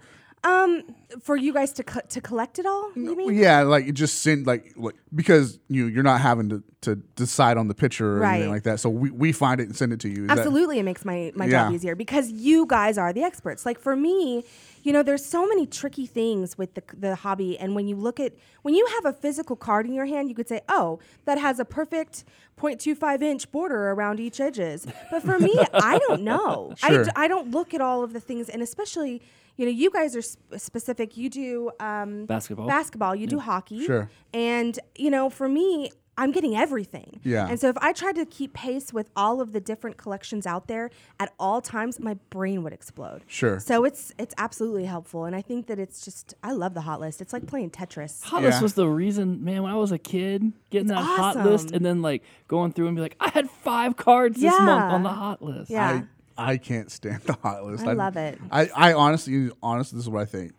Speaker 4: For you guys to co- to collect it all, you mean?
Speaker 1: Yeah, like you just send like like because you you're not having to, to decide on the picture or anything
Speaker 4: Right.
Speaker 1: like that. So we, we find it and send it to you. Is that-
Speaker 4: Absolutely, it makes my, my job
Speaker 1: Yeah.
Speaker 4: easier because you guys are the experts. Like for me, you know, there's so many tricky things with the, the hobby. And when you look at, when you have a physical card in your hand, you could say, oh, that has a perfect 0.25 inch border around each edges. But for me, I don't know.
Speaker 1: Sure.
Speaker 4: I, d- I don't look at all of the things. And especially, you know, you guys are sp- specific. You do um,
Speaker 2: Basketball.
Speaker 4: basketball, you do hockey.
Speaker 1: Sure.
Speaker 4: And, you know, for me, I'm getting everything.
Speaker 1: Yeah.
Speaker 4: And so if I tried to keep pace with all of the different collections out there at all times, my brain would explode.
Speaker 1: Sure.
Speaker 4: So it's it's absolutely helpful. And I think that it's just I love the hot list. It's like playing Tetris.
Speaker 2: Hot
Speaker 1: Yeah.
Speaker 2: list was the reason, man. When I was a kid, getting that hot list
Speaker 4: awesome.
Speaker 2: and then like going through and be like, I had five cards this month
Speaker 4: Yeah.
Speaker 2: on the hot list.
Speaker 4: Yeah.
Speaker 1: I, I can't stand the hot list.
Speaker 4: I love it.
Speaker 1: I, I honestly, honestly, this is what I think.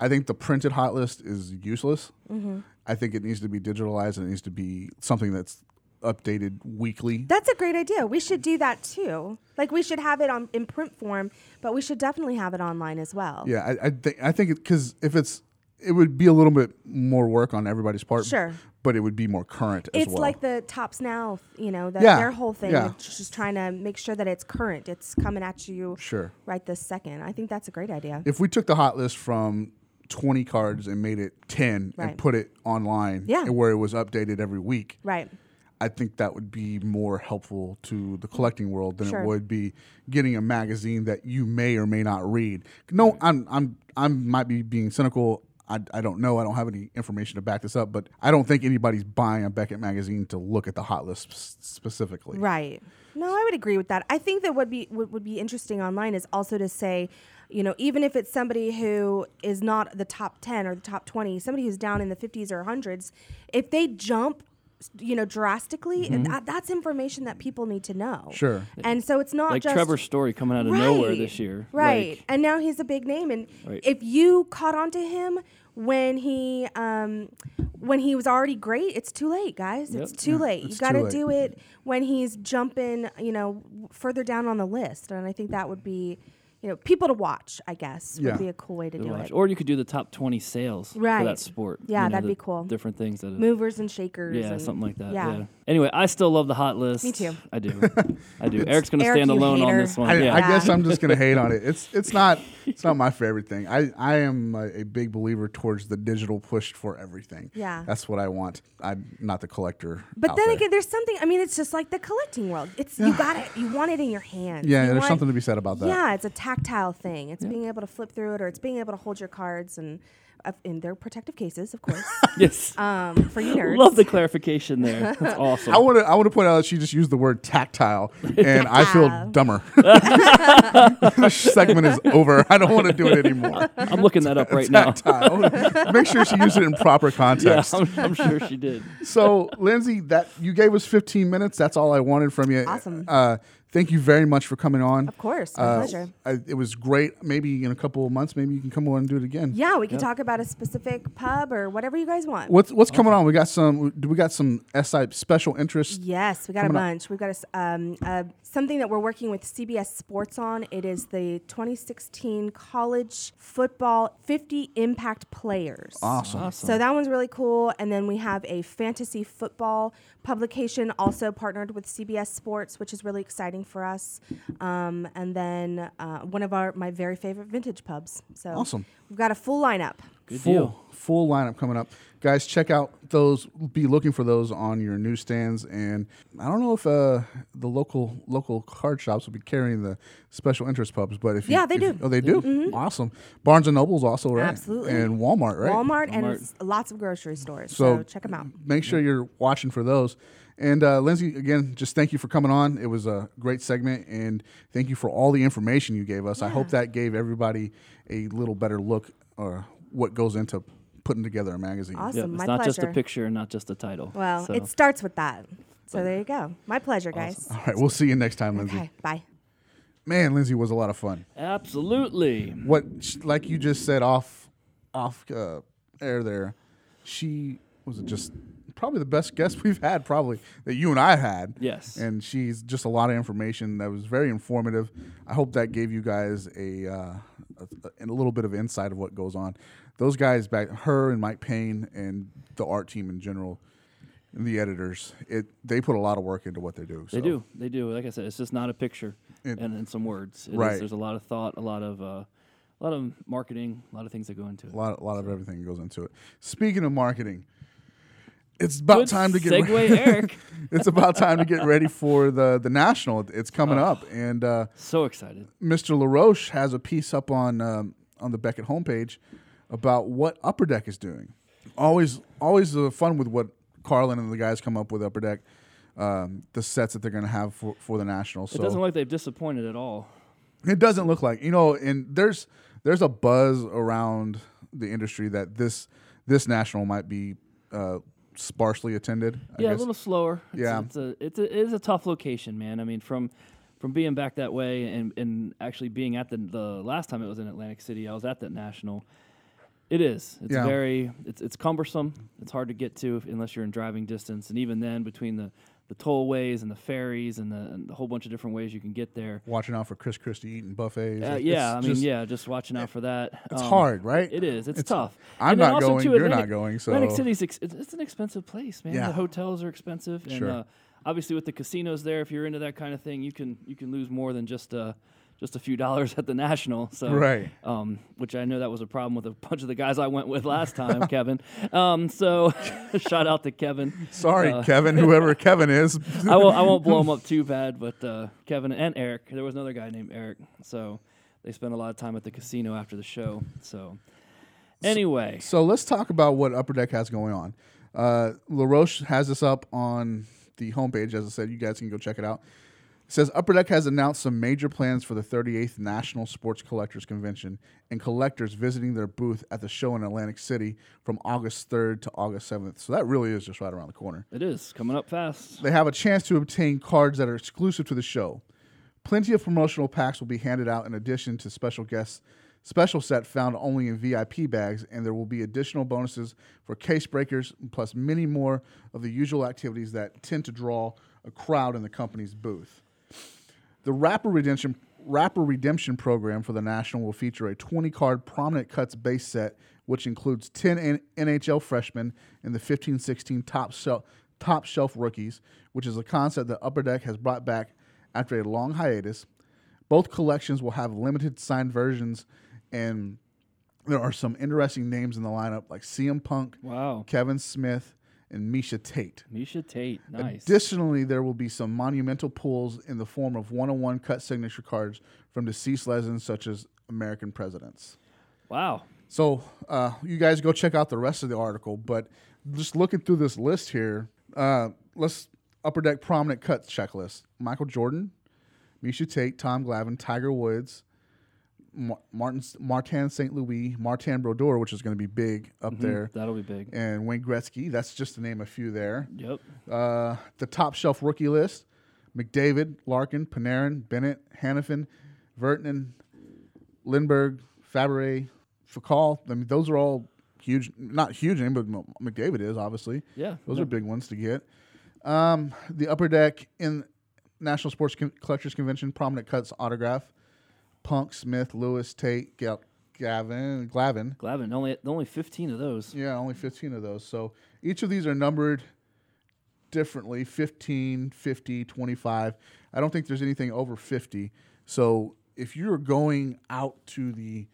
Speaker 1: I think the printed hot list is useless.
Speaker 4: Mm-hmm.
Speaker 1: I think it needs to be digitalized and it needs to be something that's updated weekly.
Speaker 4: That's a great idea. We should do that too. Like we should have it on in print form, but we should definitely have it online as well.
Speaker 1: yeah, I, I think I think because if it's, it would be a little bit more work on everybody's part.
Speaker 4: Sure.
Speaker 1: but it would be more current as
Speaker 4: It's
Speaker 1: well.
Speaker 4: like the tops now, you know, the,
Speaker 1: Yeah.
Speaker 4: their whole thing.
Speaker 1: Yeah.
Speaker 4: of Just trying to make sure that it's current. It's coming at you
Speaker 1: Sure.
Speaker 4: right this second. I think that's a great idea.
Speaker 1: if we took the hot list from 20 cards and made it 10
Speaker 4: Right.
Speaker 1: and put it online
Speaker 4: Yeah.
Speaker 1: and where it was updated every week
Speaker 4: Right.
Speaker 1: I think that would be more helpful to the collecting world than
Speaker 4: Sure.
Speaker 1: it would be getting a magazine that you may or may not read. No, I'm I'm I might be being cynical. I, I don't know. I don't have any information to back this up, but I don't think anybody's buying a Beckett magazine to look at the hot list s- specifically.
Speaker 4: Right. No, I would agree with that. I think that would be what would be interesting online is also to say, you know, even if it's somebody who is not the top 10 or the top 20, somebody who's down in the 50s or 100s, if they jump you know drastically
Speaker 2: Mm-hmm.
Speaker 4: and that, that's information that people need to know
Speaker 1: Sure.
Speaker 4: and so it's not
Speaker 2: Like
Speaker 4: just
Speaker 2: Trevor's story coming out of nowhere this year.
Speaker 4: Right.
Speaker 2: Like,
Speaker 4: and now he's a big name. And
Speaker 2: Right.
Speaker 4: if you caught on to him when he um, when he was already great, it's too late, guys. It's
Speaker 2: Yep.
Speaker 4: too late.
Speaker 1: it's
Speaker 4: You
Speaker 1: too
Speaker 4: got to
Speaker 1: late.
Speaker 4: do it when he's jumping, you know, w- further down on the list. And I think that would be, you know, people to watch. I guess
Speaker 1: Yeah.
Speaker 4: would be a cool way to
Speaker 2: Good
Speaker 4: do
Speaker 2: watch.
Speaker 4: it.
Speaker 2: Or you could do the top 20 sales for
Speaker 4: Right.
Speaker 2: that sport.
Speaker 4: Yeah,
Speaker 2: you know,
Speaker 4: that'd
Speaker 2: the
Speaker 4: be cool.
Speaker 2: Different things that.
Speaker 4: Movers and shakers.
Speaker 2: yeah,
Speaker 4: and-
Speaker 2: something like that. Yeah.
Speaker 4: yeah.
Speaker 2: Anyway, I still love the hot list.
Speaker 4: Me too.
Speaker 2: I do. I do. Eric's gonna
Speaker 4: Eric,
Speaker 2: stand
Speaker 4: you
Speaker 2: alone on
Speaker 4: hater.
Speaker 2: this one.
Speaker 1: I,
Speaker 2: yeah.
Speaker 1: I guess I'm just gonna hate on it. It's it's not it's not my favorite thing. I I am a, a big believer towards the digital push for everything.
Speaker 4: Yeah.
Speaker 1: that's what I want. I'm not the collector.
Speaker 4: But
Speaker 1: out
Speaker 4: then
Speaker 1: there.
Speaker 4: again, there's something. I mean, it's just like the collecting world. It's you got it. You want it in your hand.
Speaker 1: yeah,
Speaker 4: You
Speaker 1: there's
Speaker 4: want-
Speaker 1: something to be said about that.
Speaker 4: Yeah, it's a tactile thing. It's being able to flip through it, or it's being able to hold your cards and uh, in their protective cases, of course.
Speaker 2: yes.
Speaker 4: um, for you nerds,
Speaker 2: Love the clarification there. That's awesome.
Speaker 1: I want to I want to point out that she just used the word tactile, and I feel
Speaker 4: Tactile.
Speaker 1: dumber. this segment is over. I don't want to do it anymore.
Speaker 2: I'm looking that up right now.
Speaker 1: Tactile. Make sure she used it in proper
Speaker 2: Yeah,
Speaker 1: context.
Speaker 2: I'm, I'm sure she did.
Speaker 1: so lindsay that you gave us 15 minutes that's all i wanted from you
Speaker 4: Awesome.
Speaker 1: uh, thank you very much for coming on
Speaker 4: of course, my
Speaker 1: Uh,
Speaker 4: pleasure.
Speaker 1: I, it was great maybe in a couple of months maybe you can come on and do it again
Speaker 4: Yeah, we can talk about a specific pub or whatever you guys want.
Speaker 1: what's what's coming on we got some do we got some si special interest
Speaker 4: Yes, we got
Speaker 1: Coming
Speaker 4: a
Speaker 1: up.
Speaker 4: bunch. We've got a, s- um, uh, something that we're working with CBS Sports on. It is the 2016 College Football 50 Impact Players.
Speaker 1: awesome
Speaker 4: So that one's really cool. And then we have a fantasy football publication also partnered with CBS Sports, which is really exciting for us. Um, and then uh, one of our my very favorite vintage pubs. So
Speaker 1: Awesome.
Speaker 4: We've got a full lineup.
Speaker 2: Good
Speaker 1: full
Speaker 2: deal.
Speaker 1: full lineup coming up guys check out those be looking for those on your newsstands and i don't know if uh the local local card shops will be carrying the special interest pubs but if you-
Speaker 4: Yeah, they
Speaker 1: if-
Speaker 4: do. Mm-hmm.
Speaker 1: oh they do awesome barnes and noble's also right
Speaker 4: Absolutely.
Speaker 1: and walmart right
Speaker 4: Walmart, and
Speaker 2: Walmart.
Speaker 4: s- lots of grocery stores.
Speaker 1: So-
Speaker 4: So, check them out.
Speaker 1: make sure you're watching for those and uh, lindsay again just thank you for coming on it was a great segment and thank you for all the information you gave us i hope that gave everybody a little better look or uh, what goes into putting together a magazine.
Speaker 4: Awesome.
Speaker 2: Yep, it's
Speaker 4: My
Speaker 2: not
Speaker 4: pleasure.
Speaker 2: just a picture, not just a title.
Speaker 4: Well,
Speaker 2: So,
Speaker 4: it starts with that. So there you go. My pleasure, guys.
Speaker 1: All right, we'll see you next time, Lindsay.
Speaker 4: Okay, bye.
Speaker 1: Man, Lindsay was a lot of fun.
Speaker 2: absolutely.
Speaker 1: What, sh- like you just said off, off uh, air there, she was just probably the best guest we've had, probably that you and I had.
Speaker 2: Yes.
Speaker 1: And she's just a lot of information that was very informative. I hope that gave you guys a uh, a, a little bit of insight of what goes on. Those guys back, her and Mike Payne and the art team in general, and the editors, it they put a lot of work into what they do.
Speaker 2: They
Speaker 1: so.
Speaker 2: do. They do. Like I said, it's just not a picture
Speaker 1: It-
Speaker 2: and then some words. It is-
Speaker 1: Right.
Speaker 2: there's a lot of thought, a lot of uh, a lot of marketing, a lot of things that go into it.
Speaker 1: A lot, a lot of everything goes into it. Speaking of marketing, it's about
Speaker 2: Good
Speaker 1: time to get
Speaker 2: segue,
Speaker 1: re-
Speaker 2: Eric.
Speaker 1: it's about time to get ready for the the national. It's coming up, and uh,
Speaker 2: So excited.
Speaker 1: Mr. LaRoche has a piece up on um, on the Beckett homepage about what Upper Deck is doing. Always, always uh, fun with what Carlin and the guys come up with Upper Deck, um, the sets that they're going to have for, for the national. So
Speaker 2: It doesn't look like they've disappointed at all.
Speaker 1: it doesn't look like you know, and there's there's a buzz around the industry that this this national might be uh, sparsely attended. I
Speaker 2: yeah, a
Speaker 1: guess.
Speaker 2: little slower. It's,
Speaker 1: Yeah.
Speaker 2: it's a it's a, it is a tough location, man. I mean, from from being back that way and and actually being at the the last time it was in Atlantic City, I was at that national. It is. It's
Speaker 1: Yeah.
Speaker 2: very it's it's cumbersome. It's hard to get to if- unless you're in driving distance, and even then, between the the tollways and the ferries and the, and the whole bunch of different ways you can get there.
Speaker 1: watching out for Chris Christie eating buffets.
Speaker 2: Uh,
Speaker 1: Like,
Speaker 2: yeah, I
Speaker 1: it's
Speaker 2: mean,
Speaker 1: just-
Speaker 2: yeah, just watching out for that. um,
Speaker 1: it's hard, right?
Speaker 2: It is. It's,
Speaker 1: It's-
Speaker 2: tough.
Speaker 1: I'm
Speaker 2: And then
Speaker 1: not
Speaker 2: also,
Speaker 1: going,
Speaker 2: too,
Speaker 1: you're
Speaker 2: Atlantic-
Speaker 1: not going,
Speaker 2: Atlantic
Speaker 1: so-
Speaker 2: City's ex- it's, it's an expensive place, man.
Speaker 1: Yeah.
Speaker 2: The hotels are expensive, and
Speaker 1: Sure.
Speaker 2: uh, obviously with the casinos there, if you're into that kind of thing, you can you can lose more than just uh, just a few dollars at the national. So
Speaker 1: Right.
Speaker 2: um, which I know that was a problem with a bunch of the guys I went with last time, Kevin. Um, so shout out to Kevin. Uh,
Speaker 1: Sorry, Kevin, whoever Kevin is.
Speaker 2: I won't, I won't blow them up too bad, but uh, Kevin and Eric. There was another guy named Eric, so they spent a lot of time at the casino after the show. So, anyway,
Speaker 1: So let's talk about what Upper Deck has going on. Uh, LaRoche has this up on the homepage. As I said, you guys can go check it out. It says Upper Deck has announced some major plans for the 38th National Sports Collectors Convention and collectors visiting their booth at the show in Atlantic City from August 3rd to August 7th. So that really is just right around the corner.
Speaker 2: it is coming up fast.
Speaker 1: They have a chance to obtain cards that are exclusive to the show. Plenty of promotional packs will be handed out in addition to special guests special set found only in VIP bags and there will be additional bonuses for case breakers plus many more of the usual activities that tend to draw a crowd in the company's booth. The Rapper Redemption Rapper Redemption program for the National will feature a 20 card prominent cuts base set, which includes 10 N- NHL freshmen and the 15 16 top, shel- top shelf rookies, which is a concept that Upper Deck has brought back after a long hiatus. Both collections will have limited signed versions, and there are some interesting names in the lineup like CM Punk,
Speaker 2: Wow,
Speaker 1: Kevin Smith, and Misha Tate.
Speaker 2: Misha Tate, nice.
Speaker 1: Additionally, there will be some monumental pulls in the form of one-on-one cut signature cards from deceased legends such as American presidents.
Speaker 2: wow,
Speaker 1: So uh, you guys go check out the rest of the article, but just looking through this list here, uh, let's upper deck prominent cut checklist: Michael Jordan, Misha Tate, Tom Glavine, Tiger Woods, Mar- Martin Martin St. Louis, Martin Brodeur, which is going to be big up there,
Speaker 2: that'll be big.
Speaker 1: and Wayne Gretzky. That's just to name a few there.
Speaker 2: Yep,
Speaker 1: Uh, the top shelf rookie list: McDavid, Larkin, Panarin, Bennett, Hannafin, Vertanen, Lindbergh, Fabre, Fakal. I mean, those are all huge. Not huge name, but M- McDavid is obviously.
Speaker 2: Yeah,
Speaker 1: those
Speaker 2: yeah.
Speaker 1: are big ones to get. Um, the upper deck in National Sports Con- Collectors Convention prominent cuts autograph. Punk, Smith, Lewis, Tate, Gal- Gavin, Glavin.
Speaker 2: Glavin. Only only fifteen of those.
Speaker 1: Yeah, only 15 of those. So each of these are numbered differently 15, 50, 25. I don't think there's anything over 50. So if you're going out to the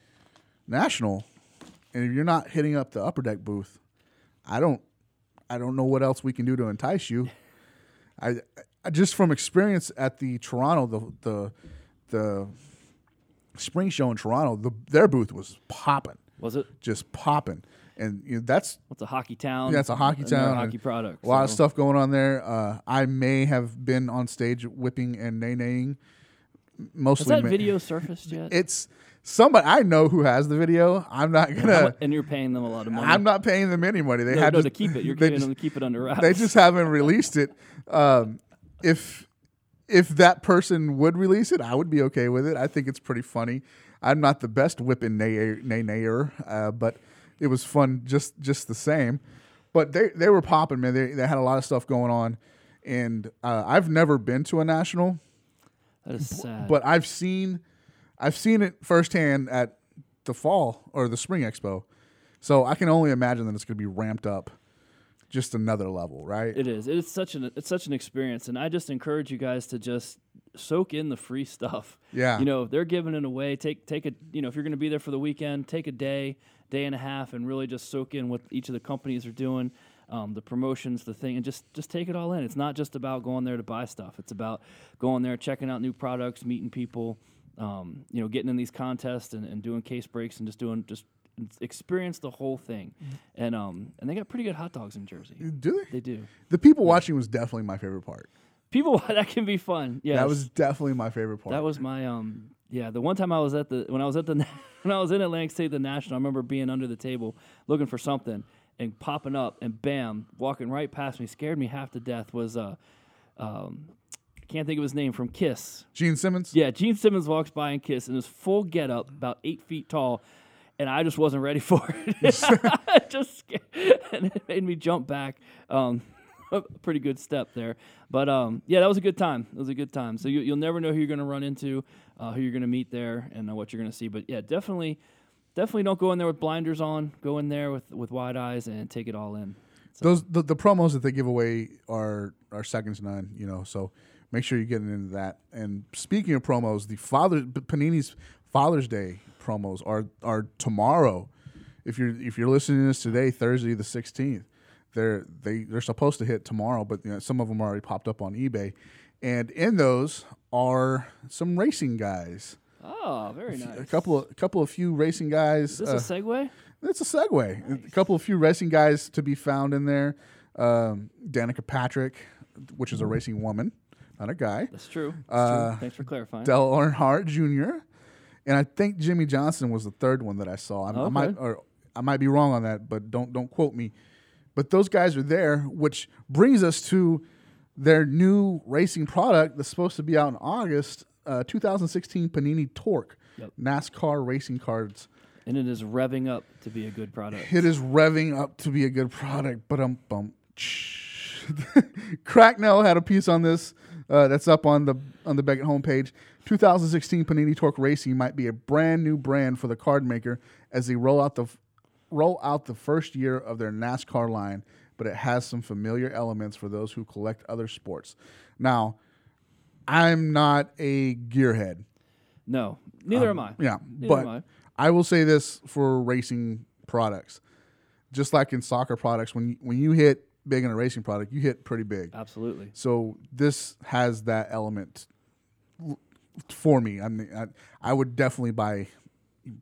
Speaker 1: national and if you're not hitting up the upper deck booth, I don't I don't know what else we can do to entice you. I, I just from experience at the Toronto the the the spring show in Toronto, the, their booth was popping
Speaker 2: Was it?
Speaker 1: just popping. And you know, that's
Speaker 2: What's a hockey town?
Speaker 1: that's a hockey
Speaker 2: another
Speaker 1: town.
Speaker 2: Hockey
Speaker 1: and
Speaker 2: product.
Speaker 1: A lot of
Speaker 2: so-
Speaker 1: stuff going on there. Uh, I may have been on stage whipping and nay naying.
Speaker 2: Has
Speaker 1: Mostly
Speaker 2: that
Speaker 1: ma-
Speaker 2: video surfaced yet?
Speaker 1: It's Somebody I know who has the video. I'm not gonna.
Speaker 2: and you're paying them a lot of money.
Speaker 1: uh, I'm not paying them any money. They
Speaker 2: no,
Speaker 1: have
Speaker 2: no, to keep it. You're
Speaker 1: they
Speaker 2: paying
Speaker 1: just-
Speaker 2: them to keep it under wraps.
Speaker 1: they just haven't released it. Um, if if that person would release it, I would be okay with it. I think it's pretty funny. I'm not the best whipping nay nay nayer, uh, but it was fun just just the same. But they they were popping, man. They they had a lot of stuff going on, and uh, I've never been to a national,
Speaker 2: that is sad.
Speaker 1: but I've seen I've seen it firsthand at the fall or the spring expo. So I can only imagine that it's going to be ramped up just another level, right?
Speaker 2: It is. It is such an it's such an experience, and I just encourage you guys to just soak in the free stuff.
Speaker 1: Yeah.
Speaker 2: You know, they're giving it away. Take take a you know if you're going to be there for the weekend, take a day, day and a half, and really just soak in what each of the companies are doing, um, the promotions, the thing, and just just take it all in. It's not just about going there to buy stuff. It's about going there, checking out new products, meeting people, um, you know, getting in these contests and, and doing case breaks and just doing just experience the whole thing. And um and they got pretty good hot dogs in Jersey.
Speaker 1: Do
Speaker 2: They do.
Speaker 1: The people watching was definitely my favorite part.
Speaker 2: People, that can be fun. Yeah,
Speaker 1: That was definitely my favorite part.
Speaker 2: that was my um. Yeah, the one time I was at the when I was at the na- when I was in Atlantic State the National, I remember being under the table looking for something and popping up and bam, walking right past me, scared me half to death. Was uh, um, I can't think of his name from Kiss.
Speaker 1: Gene Simmons.
Speaker 2: Yeah, Gene Simmons walks by and Kiss in his full getup, about eight feet tall, and I just wasn't ready for it. It just scared, and it made me jump back. Um, a pretty good step there, but um, yeah, that was a good time. It was a good time. So you, you'll never know who you're going to run into, uh, who you're going to meet there, and uh, what you're going to see. But yeah, definitely, definitely don't go in there with blinders on. Go in there with with wide eyes and take it all in.
Speaker 1: Those the, the promos that they give away are are second to none. You know, so make sure you're getting into that. And speaking of promos, the father P- Panini's Father's Day promos are are tomorrow. If you're if you're listening to this today, Thursday the sixteenth, they're they they're supposed to hit tomorrow, but you know, some of them already popped up on eBay. And in those are some racing guys.
Speaker 2: Oh, very nice.
Speaker 1: A couple of a couple of few racing guys.
Speaker 2: Is this
Speaker 1: uh,
Speaker 2: a segue?
Speaker 1: That's a segue. A couple of few racing guys to be found in there. Um, Danica Patrick, which
Speaker 2: Mm-hmm.
Speaker 1: is a racing woman, not a guy.
Speaker 2: That's true. That's
Speaker 1: uh,
Speaker 2: true. Thanks for clarifying.
Speaker 1: Dell Earnhardt Jr. And I think Jimmy Johnson was the third one that I saw. I, I
Speaker 2: Okay.
Speaker 1: might or I might be wrong on that, but don't don't quote me. But those guys are there, which brings us to their new racing product that's supposed to be out in August, uh, 2016 Panini Torque
Speaker 2: Yep.
Speaker 1: NASCAR racing cards.
Speaker 2: and it is revving up to be a good product.
Speaker 1: It is revving up to be a good product, but um bum. Cracknell had a piece on this uh, that's up on the on the Beckett homepage. 2016 Panini Torque Racing might be a brand new brand for the card maker as they roll out the f- roll out the first year of their NASCAR line, but it has some familiar elements for those who collect other sports. Now, I'm not a gearhead.
Speaker 2: No, neither am I.
Speaker 1: Um, Yeah,
Speaker 2: Neither am I.
Speaker 1: but I will say this for racing products, just like in soccer products, when you, when you hit big in a racing product, you hit pretty big.
Speaker 2: absolutely.
Speaker 1: So this has that element w- for me. I'm the, I, I would definitely buy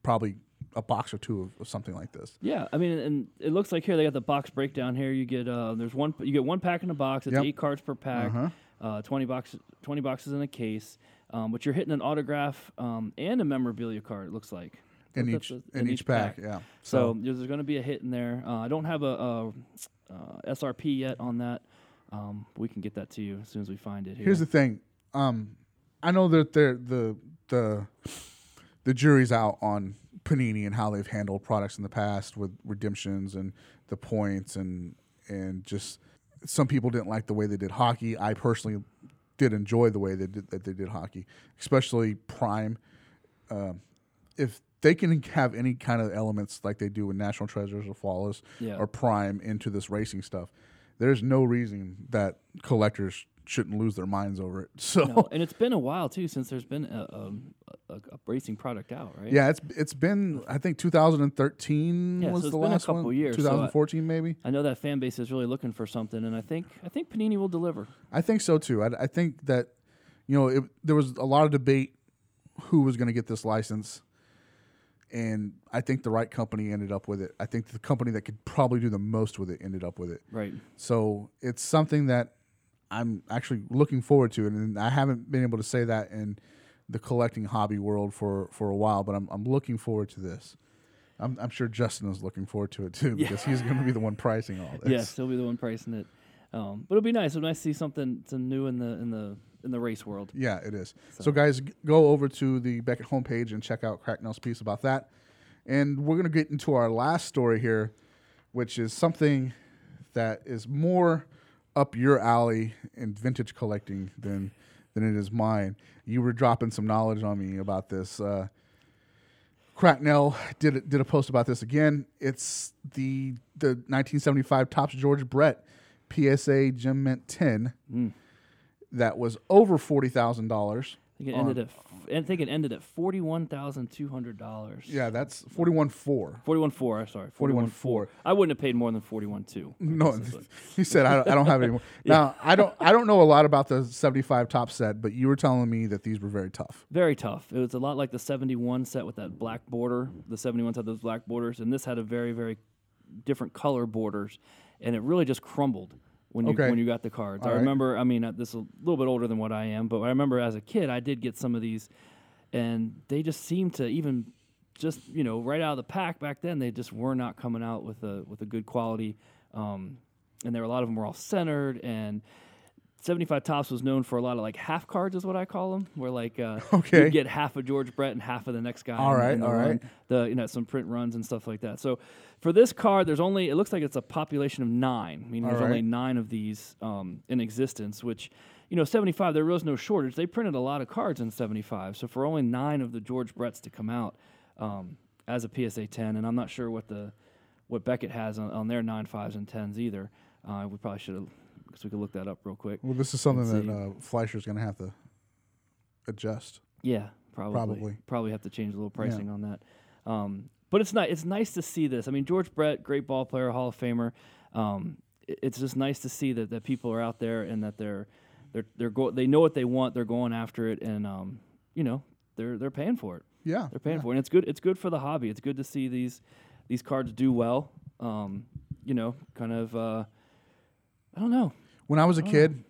Speaker 1: probably a box or two of, of something like this.
Speaker 2: Yeah, I mean, and it looks like here they got the box breakdown. Here you get uh, there's one you get one pack in a box. It's
Speaker 1: Yep. Uh-huh.
Speaker 2: eight cards per pack. uh twenty boxes, twenty boxes in a case. Um, but you're hitting an autograph um, and a memorabilia card. It looks like
Speaker 1: In
Speaker 2: That's
Speaker 1: each-
Speaker 2: the-
Speaker 1: in each pack, yeah.
Speaker 2: So, there's going to be a hit in there. Uh, I don't have a, a uh, SRP yet on that. Um, we can get that to you as soon as we find it. Here.
Speaker 1: Here's the thing. Um, I know that they're, the the the jury's out on Panini and how they've handled products in the past with redemptions and the points and and just some people didn't like the way they did hockey. I personally did enjoy the way they did, that they did hockey, especially Prime. Um, if they can have any kind of elements like they do with National Treasures or Flawless
Speaker 2: Yeah.
Speaker 1: or Prime into this racing stuff, there's no reason that collectors shouldn't lose their minds over it. So
Speaker 2: No, and it's been a while too since there's been a, um, a, a, a racing product out, right?
Speaker 1: Yeah, it's it's been I think 2013
Speaker 2: Yeah,
Speaker 1: was
Speaker 2: so it's
Speaker 1: the
Speaker 2: been a
Speaker 1: last
Speaker 2: couple
Speaker 1: one.
Speaker 2: years, so I-
Speaker 1: 2014 maybe.
Speaker 2: I know that fan base is really looking for something, and I think I think Panini will deliver.
Speaker 1: I think so too. I, I think that you know it, there was a lot of debate who was going to get this license, and I think the right company ended up with it. I think the company that could probably do the most with it ended up with it.
Speaker 2: Right.
Speaker 1: So it's something that I'm actually looking forward to, and I haven't been able to say that in the collecting hobby world for for a while, but I'm I'm looking forward to this. I'm, I'm sure Justin is looking forward to it too because he's going to be the one pricing all this.
Speaker 2: Yes, he'll be the one pricing it. Um, but it'll be nice. It'll be nice to see something some new in the in the in the race world.
Speaker 1: Yeah, it is. So, guys, g- go over to the Beckett homepage and check out Cracknell's piece about that. And we're going to get into our last story here, which is something that is more up your alley in vintage collecting than than it is mine. You were dropping some knowledge on me about this. Uh, Cracknell did a, did a post about this again. It's the the 1975 Topps George Brett PSA Gem Mint 10 that was over forty thousand dollars.
Speaker 2: I think it ended at f- I think it ended at forty one thousand two hundred dollars.
Speaker 1: Yeah, that's forty one four.
Speaker 2: Forty one four. Sorry, forty one
Speaker 1: 41.4.
Speaker 2: four. I wouldn't have paid more than forty one two.
Speaker 1: No, he said I don't, I don't have any more. Now I don't I don't know a lot about the seventy five top set, but you were telling me that these were very tough.
Speaker 2: Very tough. It was a lot like the 71 set with that black border. The 71s had those black borders, and this had a very, very different color borders, and it really just crumbled when you
Speaker 1: Okay.
Speaker 2: when you got the cards. I
Speaker 1: right.
Speaker 2: remember. I mean, uh, this is a little bit older than what I am, but I remember as a kid, I did get some of these, and they just seemed to even just you know right out of the pack back then. They just were not coming out with a with a good quality, um, and there were a lot of them were all centered and. 75 tops was known for a lot of like half cards is what I call them where like uh
Speaker 1: Okay.
Speaker 2: you'd get half of George Brett and half of the next guy
Speaker 1: All
Speaker 2: in-
Speaker 1: right,
Speaker 2: in the
Speaker 1: all
Speaker 2: run.
Speaker 1: right.
Speaker 2: the you know some print runs and stuff like that so for this card there's only it looks like it's a population of 9 meaning there's
Speaker 1: right.
Speaker 2: only 9 of these um, in existence which you know 75 there was no shortage they printed a lot of cards in 75 so for only 9 of the George Bretts to come out um, as a PSA 10 and I'm not sure what the what Beckett has on, on their 9 5s and 10s either uh, we probably should have because we could look that up real quick
Speaker 1: Well, this is something
Speaker 2: Let's
Speaker 1: that uh, Fleischer's going to have to adjust.
Speaker 2: Yeah, probably.
Speaker 1: Probably.
Speaker 2: have to change a little pricing on that. Um, but it's nice. It's nice to see this. I mean, George Brett, great ball player, Hall of Famer. Um, i- it's just nice to see that, that people are out there and that they're they're they're go- they know what they want. They're going after it, and um, you know they're they're paying for it.
Speaker 1: Yeah,
Speaker 2: They're paying for it. And it's good. It's good for the hobby. It's good to see these these cards do well. Um, you know, kind of. Uh, I don't know.
Speaker 1: When I was a kid,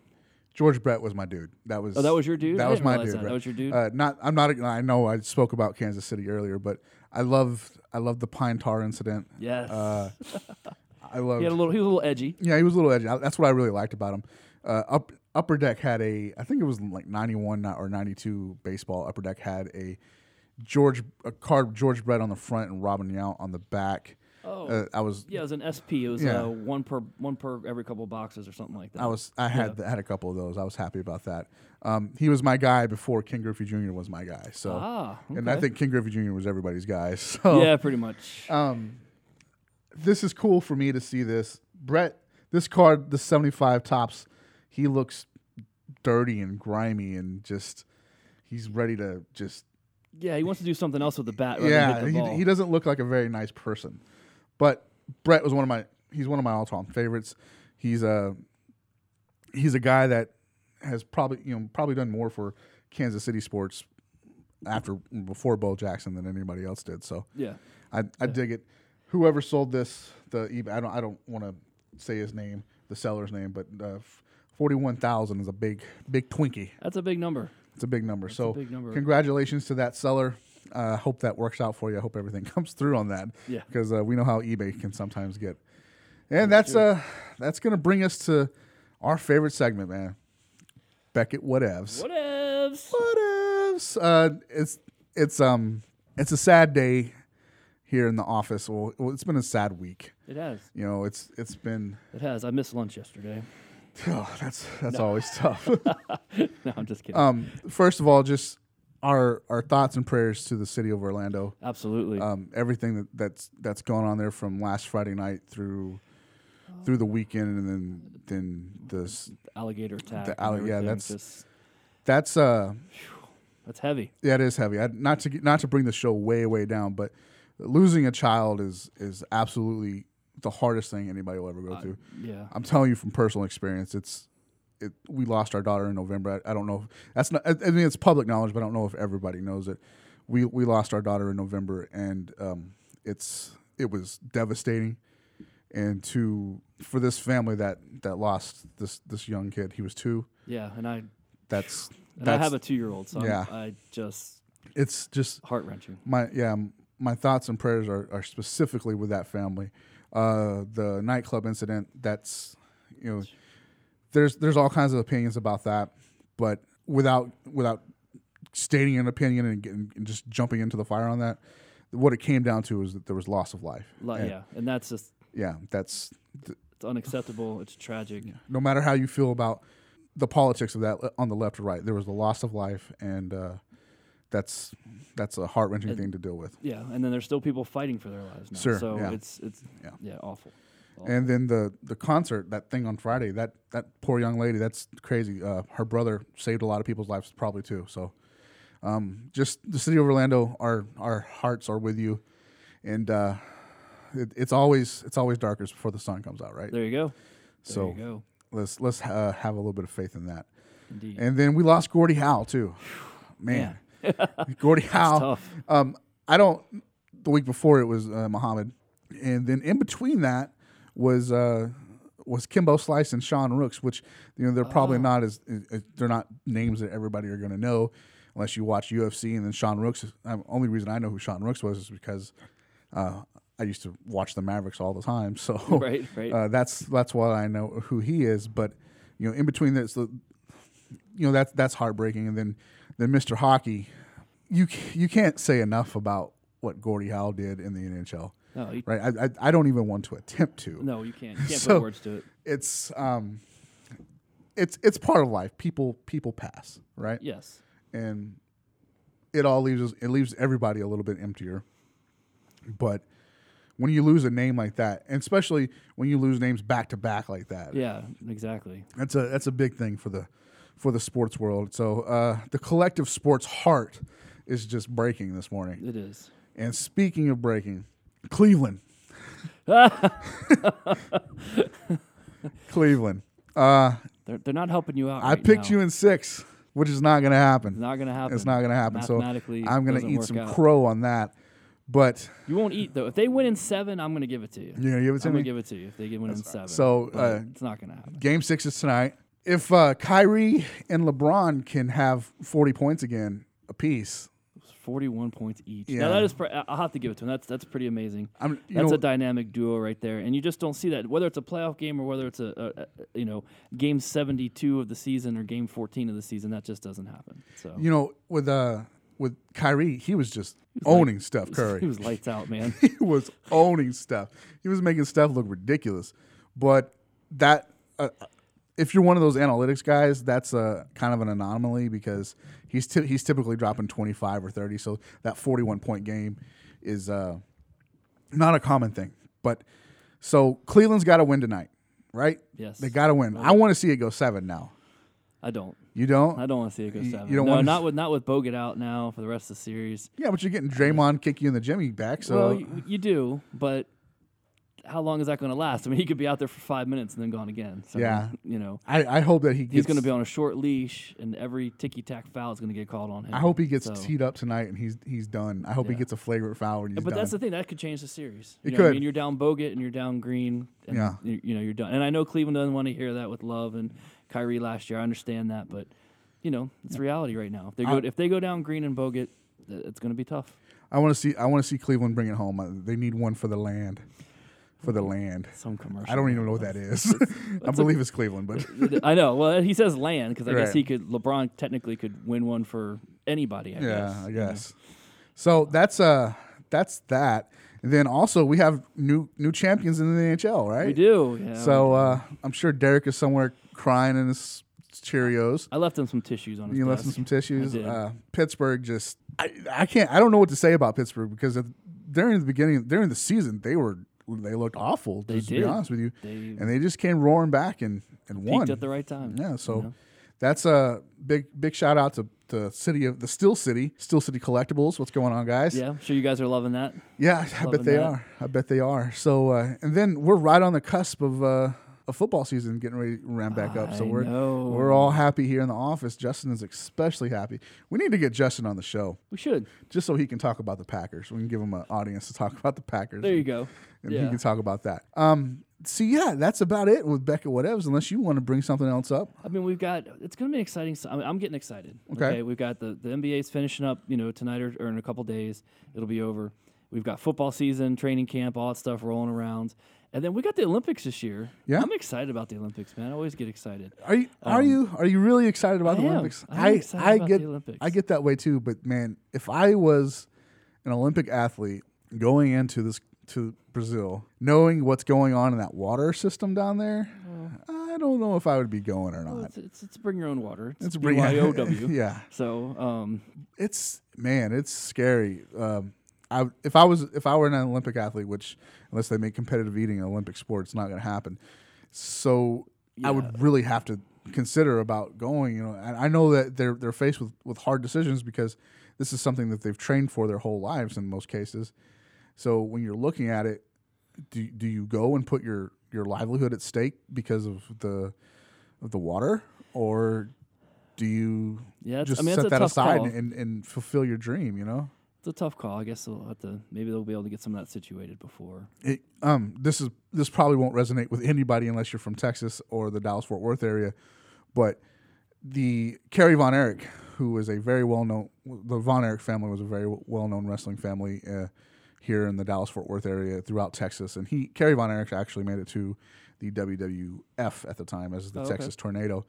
Speaker 1: George Brett was my dude. That was
Speaker 2: Oh, that was your dude?
Speaker 1: That
Speaker 2: I
Speaker 1: was
Speaker 2: didn't
Speaker 1: my
Speaker 2: realize
Speaker 1: dude.
Speaker 2: that. That
Speaker 1: right.
Speaker 2: was your dude?
Speaker 1: Uh, not I'm not. a- I know I spoke about Kansas City earlier, but I love I love the pine tar incident.
Speaker 2: Yes.
Speaker 1: Uh, I love.
Speaker 2: he had a little. He was a little edgy.
Speaker 1: Yeah, he was a little edgy. I- That's what I really liked about him. Uh, up Upper Deck had a, I think it was like '91 or '92 baseball. Upper Deck had a George a card George Brett on the front and Robin Yount on the back. Oh, uh, I was
Speaker 2: Yeah, it was an SP. It was
Speaker 1: Yeah.
Speaker 2: uh, one per one per every couple boxes or something like that.
Speaker 1: I was I had I had a couple of those. I was happy about that. Um, he was my guy before King Griffey Jr. was my guy. So
Speaker 2: Ah,
Speaker 1: and I
Speaker 2: okay.
Speaker 1: think King Griffey Jr. was everybody's guy. So
Speaker 2: yeah, pretty much.
Speaker 1: Um, this is cool for me to see this. Brett, this card, the 75 tops, he looks dirty and grimy and just he's ready to just
Speaker 2: yeah, he wants to do something else with the bat. Rather
Speaker 1: yeah,
Speaker 2: than hit the ball.
Speaker 1: he, he doesn't look like a very nice person. But Brett was one of my he's one of my all-time favorites. He's a he's a guy that has probably, you know, probably done more for Kansas City sports after before Bo Jackson than anybody else did. So
Speaker 2: yeah,
Speaker 1: I, I dig it. Whoever sold this, the eBay, I don't I don't want to say his name, the seller's name, but uh, forty one thousand is a big big Twinkie.
Speaker 2: that's a big number.
Speaker 1: It's a big number. so
Speaker 2: big number.
Speaker 1: congratulations to that seller. I uh, hope that works out for you. I hope everything comes through on that.
Speaker 2: Yeah.
Speaker 1: Because uh, we know how eBay can sometimes get. And that's uh that's gonna bring us to our favorite segment, man. Beckett whatevs.
Speaker 2: Whatevs.
Speaker 1: Whatevs. Uh, it's it's um it's a sad day here in the office. Well, well, it's been a sad week.
Speaker 2: It has.
Speaker 1: You know, it's it's been
Speaker 2: It has. I missed lunch yesterday.
Speaker 1: oh, that's that's always tough.
Speaker 2: No, I'm just kidding.
Speaker 1: um, first of all, just our our thoughts and prayers to the city of Orlando.
Speaker 2: Absolutely.
Speaker 1: Um, everything that, that's that's gone on there from last Friday night through through the weekend, and then then this
Speaker 2: Alligator attack.
Speaker 1: the
Speaker 2: and
Speaker 1: alli- yeah,
Speaker 2: everything.
Speaker 1: that's-
Speaker 2: just,
Speaker 1: that's uh
Speaker 2: that's heavy.
Speaker 1: Yeah, it is heavy. I, not to get- not to bring the show way way down, but losing a child is is absolutely the hardest thing anybody will ever go through.
Speaker 2: Yeah.
Speaker 1: I'm telling you from personal experience. It's it. We lost our daughter in November. I, I don't know. If, that's not. I, I mean, it's public knowledge, but I don't know if everybody knows it. We we lost our daughter in November, and um, it's it was devastating. And to for this family that that lost this this young kid, he was two.
Speaker 2: Yeah, and I
Speaker 1: that's
Speaker 2: And
Speaker 1: that's
Speaker 2: I have a two-year-old, so I'm-
Speaker 1: Yeah.
Speaker 2: I just
Speaker 1: it's just
Speaker 2: heart wrenching.
Speaker 1: my yeah m- my thoughts and prayers are, are specifically with that family uh the nightclub incident that's you know there's there's all kinds of opinions about that but without without stating an opinion and, getting, and just jumping into the fire on that what it came down to is that there was loss of life
Speaker 2: Like,
Speaker 1: And-
Speaker 2: yeah, and that's just
Speaker 1: yeah that's
Speaker 2: it's unacceptable. It's tragic.
Speaker 1: no matter how you feel about the politics of that uh, on the left or right there was the loss of life and uh that's that's a heart-wrenching thing to deal with
Speaker 2: Yeah, and then there's still people fighting for their lives now.
Speaker 1: Sure,
Speaker 2: so
Speaker 1: yeah.
Speaker 2: it's it's yeah,
Speaker 1: Yeah.
Speaker 2: awful. Awful.
Speaker 1: And then the the concert, that thing on Friday, that that poor young lady, that's crazy. Uh, her brother saved a lot of people's lives, probably too. So, um, just the city of Orlando, our our hearts are with you, and uh, it, it's always it's always darkest before the sun comes out, right?
Speaker 2: there you go. There
Speaker 1: so
Speaker 2: you go.
Speaker 1: let's let's uh, have a little bit of faith in that.
Speaker 2: Indeed.
Speaker 1: And then we lost Gordy Howe too, man. Gordy Howe,
Speaker 2: tough.
Speaker 1: um, I don't. The week before it was uh, Muhammad, and then in between that was uh, was Kimbo Slice and Sean Rooks, which you know they're probably
Speaker 2: Oh.
Speaker 1: not as uh, uh, they're not names that everybody are going to know unless you watch UFC. And then Sean Rooks, is- um, only reason I know who Sean Rooks was is because uh, I used to watch the Mavericks all the time. So
Speaker 2: Right, right.
Speaker 1: Uh, that's that's why I know who he is. But you know, in between this, the, you know that's that's heartbreaking. And then then Mr. Hockey, you c- you can't say enough about what Gordie Howe did in the NHL.
Speaker 2: No, you,
Speaker 1: Right, I, I, I don't even want to attempt to.
Speaker 2: no, you can't. You can't
Speaker 1: So-
Speaker 2: put words to it.
Speaker 1: It's um, it's it's part of life. People people pass, right?
Speaker 2: Yes.
Speaker 1: and it all leaves us, it leaves everybody a little bit emptier. But when you lose a name like that, and especially when you lose names back to back like that,
Speaker 2: Yeah. Exactly.
Speaker 1: that's a that's a big thing for the for the sports world. So uh, the collective sports heart is just breaking this morning.
Speaker 2: It is.
Speaker 1: And speaking of breaking, Cleveland. Cleveland. Uh,
Speaker 2: They're, they're not helping you out.
Speaker 1: I picked you in six, which is not going to happen.
Speaker 2: Not gonna happen.
Speaker 1: It's not going to happen. So
Speaker 2: Mathematically,
Speaker 1: I'm going to
Speaker 2: doesn't
Speaker 1: eat
Speaker 2: work
Speaker 1: some
Speaker 2: out.
Speaker 1: crow on that. But
Speaker 2: You won't eat though. If they win in seven, I'm gonna give it to you.
Speaker 1: you know, you have it to
Speaker 2: I'm
Speaker 1: me.
Speaker 2: gonna give it to you if they get win in seven.
Speaker 1: So,
Speaker 2: But
Speaker 1: uh,
Speaker 2: it's not gonna happen.
Speaker 1: Game six is tonight. If uh, Kyrie and LeBron can have 40 points again apiece,
Speaker 2: It's 41 points each.
Speaker 1: Yeah.
Speaker 2: Now that is, pre- I- I'll have to give it to him. That's that's pretty amazing.
Speaker 1: I'm, you
Speaker 2: that's
Speaker 1: know,
Speaker 2: a dynamic duo right there, and you just don't see that. Whether it's a playoff game or whether it's a, a, a you know game 72 of the season or game 14 of the season, that just doesn't happen. So
Speaker 1: you know, with uh, with Kyrie, he was just owning Steph Curry.
Speaker 2: he was lights out, man.
Speaker 1: he was owning stuff. He was making stuff look ridiculous. But that, uh, if you're one of those analytics guys, that's a kind of an anomaly because he's ty- he's typically dropping 25 or 30. So that 41 point game is uh, not a common thing. But so Cleveland's got to win tonight, right?
Speaker 2: Yes.
Speaker 1: they got to win. I want to see it go seven now.
Speaker 2: I don't.
Speaker 1: You don't?
Speaker 2: I don't want to see it go
Speaker 1: You-
Speaker 2: seven.
Speaker 1: you don't
Speaker 2: no,
Speaker 1: wanna-
Speaker 2: not with not with Bogut out now for the rest of the series.
Speaker 1: Yeah, but you're getting Draymond kick you in the Jimmy back. So
Speaker 2: well, you, you do, but how long is that going to last? I mean, he could be out there for five minutes and then gone again. So,
Speaker 1: Yeah.
Speaker 2: you know,
Speaker 1: I, I hope that he gets.
Speaker 2: he's going to be on a short leash, and every ticky tack foul is going to get called on him.
Speaker 1: I hope he gets
Speaker 2: So-
Speaker 1: teed up tonight and he's he's done. I hope he
Speaker 2: Yeah.
Speaker 1: gets a flagrant foul and he's
Speaker 2: But
Speaker 1: done.
Speaker 2: that's the thing that could change the series. You
Speaker 1: It
Speaker 2: know what I
Speaker 1: could.
Speaker 2: mean, you're down Bogut and you're down Green. And
Speaker 1: Yeah.
Speaker 2: You, you know you're done. And I know Cleveland doesn't want to hear that with Love and Kyrie last year. I understand that, but you know it's reality right now. If they go
Speaker 1: I-
Speaker 2: if they go down Green and Bogut, th- it's going to be tough.
Speaker 1: I want to see I want to see Cleveland bring it home. Uh, They need one for the land, for
Speaker 2: Mm-hmm.
Speaker 1: the land.
Speaker 2: Some commercial.
Speaker 1: I don't even know what that is. I believe it's Cleveland, but
Speaker 2: I know. Well, he says land because I guess
Speaker 1: Right.
Speaker 2: he could. LeBron technically could win one for anybody. I guess.
Speaker 1: yeah, I
Speaker 2: you know.
Speaker 1: guess. So that's uh that's that. And then also we have new new champions in the NHL, right?
Speaker 2: We do. Yeah, we
Speaker 1: So
Speaker 2: do.
Speaker 1: uh, I'm sure Derek is somewhere crying in his Cheerios.
Speaker 2: I left him some tissues on his
Speaker 1: You left him
Speaker 2: desk.
Speaker 1: some tissues.
Speaker 2: I did.
Speaker 1: Uh, Pittsburgh just I, I can't I don't know what to say about Pittsburgh because if, during the beginning during the season they were they looked awful.
Speaker 2: They
Speaker 1: just to
Speaker 2: did.
Speaker 1: be honest with you,
Speaker 2: They
Speaker 1: and they just came roaring back and and
Speaker 2: peaked
Speaker 1: won.
Speaker 2: at the right time.
Speaker 1: yeah, so
Speaker 2: you know?
Speaker 1: that's a big big shout out to the city of the Still City Still City Collectibles. What's going on, guys?
Speaker 2: yeah, I'm sure you guys are loving that.
Speaker 1: Yeah, I
Speaker 2: Loving
Speaker 1: bet they
Speaker 2: that.
Speaker 1: are. I bet they are. So, uh, and then we're right on the cusp of uh, a football season getting ready to ramp back up. So
Speaker 2: I
Speaker 1: we're
Speaker 2: know.
Speaker 1: we're all happy here in the office. Justin is especially happy. We need to get Justin on the show
Speaker 2: We should.
Speaker 1: just so he can talk about the Packers. We can give him an audience to talk about the Packers.
Speaker 2: There you go.
Speaker 1: And
Speaker 2: yeah.
Speaker 1: he can talk about that. Um, so yeah, that's about it with Beckett Whatevs. Unless you want to bring something else up,
Speaker 2: I mean, we've got it's going to be an exciting. s- I mean, I'm getting excited.
Speaker 1: Okay.
Speaker 2: we've got the the NBA's finishing up. You know, tonight or, or in a couple days, it'll be over. We've got football season, training camp, all that stuff rolling around, and then we got the Olympics this year.
Speaker 1: Yeah.
Speaker 2: I'm excited about the Olympics, man. I always get excited.
Speaker 1: are you are you are you really excited about
Speaker 2: Um, I
Speaker 1: the
Speaker 2: am.
Speaker 1: Olympics?
Speaker 2: I am excited
Speaker 1: I
Speaker 2: about
Speaker 1: get
Speaker 2: the Olympics.
Speaker 1: I get that way too. But man, if I was an Olympic athlete going into this to Brazil, knowing what's going on in that water system down there, I don't know if I would be going or not.
Speaker 2: Mm. It's, it's, it's bring your own water. It's,
Speaker 1: Uh, It's bring-
Speaker 2: BYOW.
Speaker 1: Yeah.
Speaker 2: So, um,
Speaker 1: it's man, it's scary. Um, I, if I was if I were an Olympic athlete, which unless they make competitive eating an Olympic sport, it's not going to happen. So I would really have to consider about going. You know, and I know that they're they're faced with with hard decisions because this is something that they've trained for their whole lives in most cases. So when you're looking at it, do do you go and put your your livelihood at stake because of the of the water, or do you
Speaker 2: Yeah, it's-
Speaker 1: just
Speaker 2: I mean, it's
Speaker 1: set
Speaker 2: a
Speaker 1: that
Speaker 2: tough
Speaker 1: aside
Speaker 2: call.
Speaker 1: and, and, and fulfill your dream? You know,
Speaker 2: it's a tough call. I guess they'll have to. Maybe they'll be able to get some of that situated before.
Speaker 1: it, um, this is this probably won't resonate with anybody unless you're from Texas or the Dallas Fort Worth area, but the Kerry Von Erich, who is a very well known, the Von Erich family was a very well known wrestling family uh, here in the Dallas Fort Worth area throughout Texas, and he Kerry Von Erich actually made it to the WWF at the time as the
Speaker 2: Oh, okay.
Speaker 1: Texas Tornado.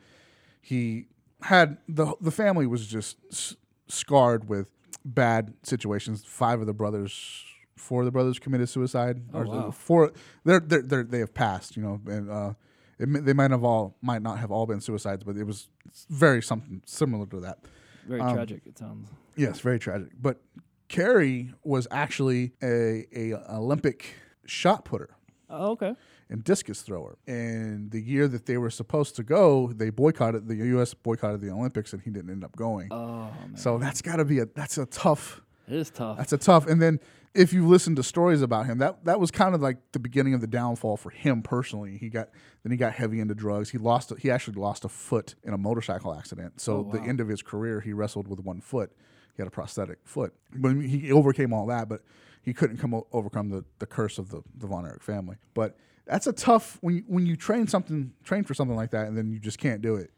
Speaker 1: He had the the family was just s- scarred with bad situations. Five of the brothers. Four of the brothers committed suicide. or
Speaker 2: Oh, wow.
Speaker 1: Four, they're, they're, they're, they have passed, you know, and uh, it, may- they might have all might not have all been suicides, but it was very something similar to that.
Speaker 2: Very
Speaker 1: Um,
Speaker 2: tragic. It sounds.
Speaker 1: Yes, very tragic. But Carrie was actually a, a Olympic shot putter
Speaker 2: Oh, okay.
Speaker 1: and discus thrower. And the year that they were supposed to go, they boycotted the U.S. boycotted the Olympics, and he didn't end up going.
Speaker 2: Oh, man.
Speaker 1: so that's got to be a that's a tough
Speaker 2: it is tough.
Speaker 1: that's a tough. And then if you listen to stories about him, that that was kind of like the beginning of the downfall for him personally. He got then he got heavy into drugs. He lost he actually lost a foot in a motorcycle accident. So the end of his career, he wrestled with one foot. He had a prosthetic foot, but he overcame all that. But he couldn't come o- overcome the, the curse of the, the Von Erich family. But that's a tough when you, when you train something train for something like that, and then you just can't do it.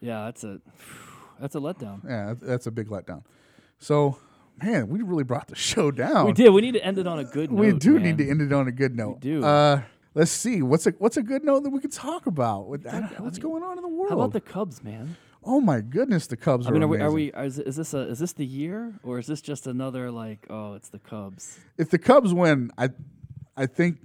Speaker 2: yeah, that's a that's a letdown.
Speaker 1: Yeah, that- that's a big letdown. So. Man, we really brought the show down.
Speaker 2: We did. We need to end it on a good note.
Speaker 1: Oh. We do
Speaker 2: man.
Speaker 1: need to end it on a good note.
Speaker 2: do.
Speaker 1: Uh, let's see. What's a what's a good note that we could talk about? What- I don't- what's going on in the world?
Speaker 2: How about the Cubs, man?
Speaker 1: oh my goodness, the Cubs
Speaker 2: I mean, are we? Are
Speaker 1: amazing.
Speaker 2: we? Are, is, is this a? Is this the year, or is this just another like? Oh, it's the Cubs.
Speaker 1: If the Cubs win, I I think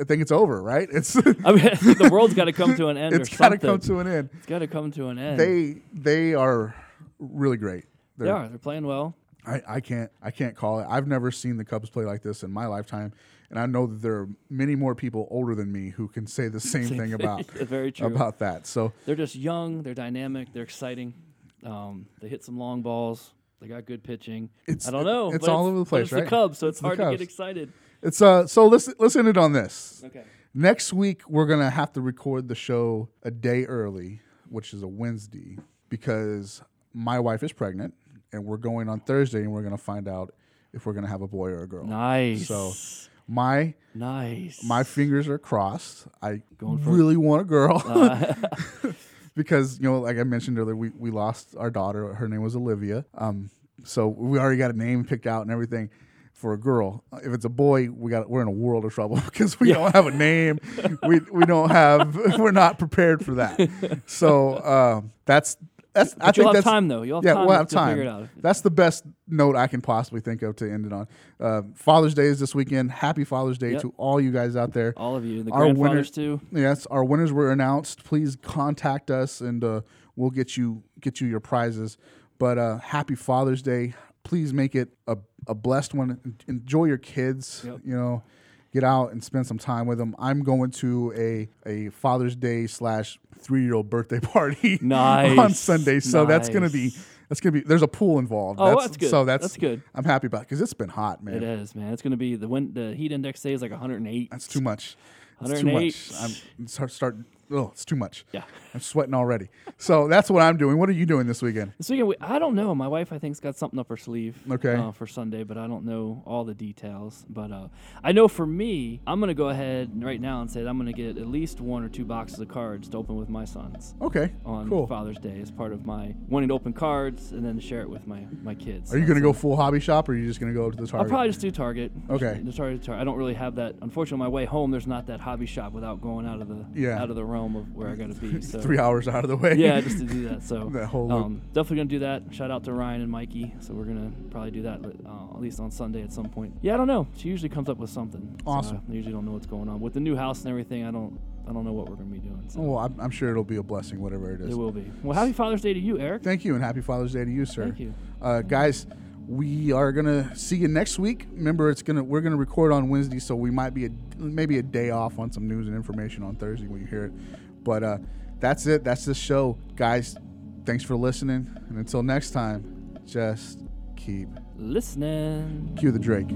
Speaker 1: I think it's over, right? It's
Speaker 2: I mean, the world's got to come to an end.
Speaker 1: it's
Speaker 2: or
Speaker 1: got to
Speaker 2: something.
Speaker 1: come to an end.
Speaker 2: It's got to come to an end.
Speaker 1: They they are really great.
Speaker 2: They are. They're playing well.
Speaker 1: I, I can't I can't call it. I've never seen the Cubs play like this in my lifetime, and I know that there are many more people older than me who can say the same, thing, about
Speaker 2: Very true.
Speaker 1: about that. So
Speaker 2: They're just young. They're dynamic. They're exciting. Um, they hit some long balls. They got good pitching.
Speaker 1: It's-
Speaker 2: I don't know.
Speaker 1: it's
Speaker 2: but
Speaker 1: all over the
Speaker 2: but
Speaker 1: place,
Speaker 2: It's
Speaker 1: right?
Speaker 2: the Cubs, so it's,
Speaker 1: It's the
Speaker 2: hard to
Speaker 1: Cubs.
Speaker 2: get excited.
Speaker 1: it's uh so let's let's end it on this.
Speaker 2: Okay.
Speaker 1: Next week, we're going to have to record the show a day early, which is a Wednesday, because my wife is pregnant and we're going on Thursday and we're going to find out if we're going to have a boy or a girl.
Speaker 2: Nice.
Speaker 1: So my
Speaker 2: nice.
Speaker 1: my fingers are crossed. I really want a girl.
Speaker 2: Uh-huh.
Speaker 1: because, you know, like I mentioned earlier, we, we lost our daughter. Her name was Olivia. Um, so we already got a name picked out and everything for a girl. Uh, If it's a boy, we got we're in a world of trouble because we don't have a name. we we don't have we're not prepared for that. So um, that's that's I
Speaker 2: But you'll
Speaker 1: think
Speaker 2: have
Speaker 1: that's
Speaker 2: time, though. You'll have
Speaker 1: yeah,
Speaker 2: time
Speaker 1: we'll
Speaker 2: to-
Speaker 1: have
Speaker 2: to figure
Speaker 1: time.
Speaker 2: it out.
Speaker 1: That's the best note I can possibly think of to end it on. Uh, Father's Day is this weekend. Happy Father's Day
Speaker 2: Yep.
Speaker 1: to all you guys out there.
Speaker 2: All of you. The
Speaker 1: Our
Speaker 2: grandfathers, too.
Speaker 1: Yes, our winners were announced. Please contact us, and uh, we'll get you get you your prizes. But uh, happy Father's Day! Please make it a, a blessed one. En- Enjoy your kids.
Speaker 2: Yep.
Speaker 1: You know, get out and spend some time with them. I'm going to a a Father's Day slash three year old birthday party on
Speaker 2: Nice.
Speaker 1: Sunday, so that's gonna be
Speaker 2: Nice.
Speaker 1: that's gonna be. There's a pool involved.
Speaker 2: Oh, that's good.
Speaker 1: So that's
Speaker 2: That's good.
Speaker 1: I'm happy about because it's been hot, man.
Speaker 2: It is, man. It's going to be the wind, the heat index today is like 108.
Speaker 1: That's too much. It's too
Speaker 2: 108.
Speaker 1: much. I'm start start oh, it's too much.
Speaker 2: Yeah.
Speaker 1: I'm sweating already. So that's what I'm doing. What are you doing this weekend?
Speaker 2: This weekend, we, I don't know. My wife, I think, has got something up her sleeve
Speaker 1: Okay.
Speaker 2: uh, for Sunday, but I don't know all the details. But uh, I know for me, I'm going to go ahead right now and say that I'm going to get at least one or two boxes of cards to open with my sons
Speaker 1: Okay.
Speaker 2: on
Speaker 1: cool.
Speaker 2: Father's Day as part of my wanting to open cards and then share it with my, my kids.
Speaker 1: Are you going to go full hobby shop or are you just going to go to the
Speaker 2: I'll
Speaker 1: Target?
Speaker 2: probably just do Target.
Speaker 1: Okay.
Speaker 2: Just Target, Target. I don't really have that. Unfortunately, on my way home, there's not that hobby shop without going out of the
Speaker 1: Yeah.
Speaker 2: out of the realm of where I got to be. So
Speaker 1: Three hours out of the way.
Speaker 2: yeah, just to do that. So
Speaker 1: That whole loop.
Speaker 2: um, definitely gonna do that. Shout out to Ryan and Mikey. So we're gonna probably do that uh, at least on Sunday at some point. Yeah, I don't know. She usually comes up with something. So
Speaker 1: Awesome.
Speaker 2: I usually don't know what's going on with the new house and everything. I don't. I don't know what we're gonna be doing. So
Speaker 1: well, Oh, I'm, I'm sure it'll be a blessing, whatever it is.
Speaker 2: it will be. Well, happy Father's Day to you, Eric.
Speaker 1: Thank you, and happy Father's Day to you, sir.
Speaker 2: Thank you.
Speaker 1: uh, guys. We are gonna see you next week. Remember, it's gonna we're gonna record on Wednesday, so we might be a, maybe a day off on some news and information on Thursday when you hear it. But uh, that's it. That's the show, guys. Thanks for listening, and until next time, just keep
Speaker 2: Listening.
Speaker 1: cue the Drake.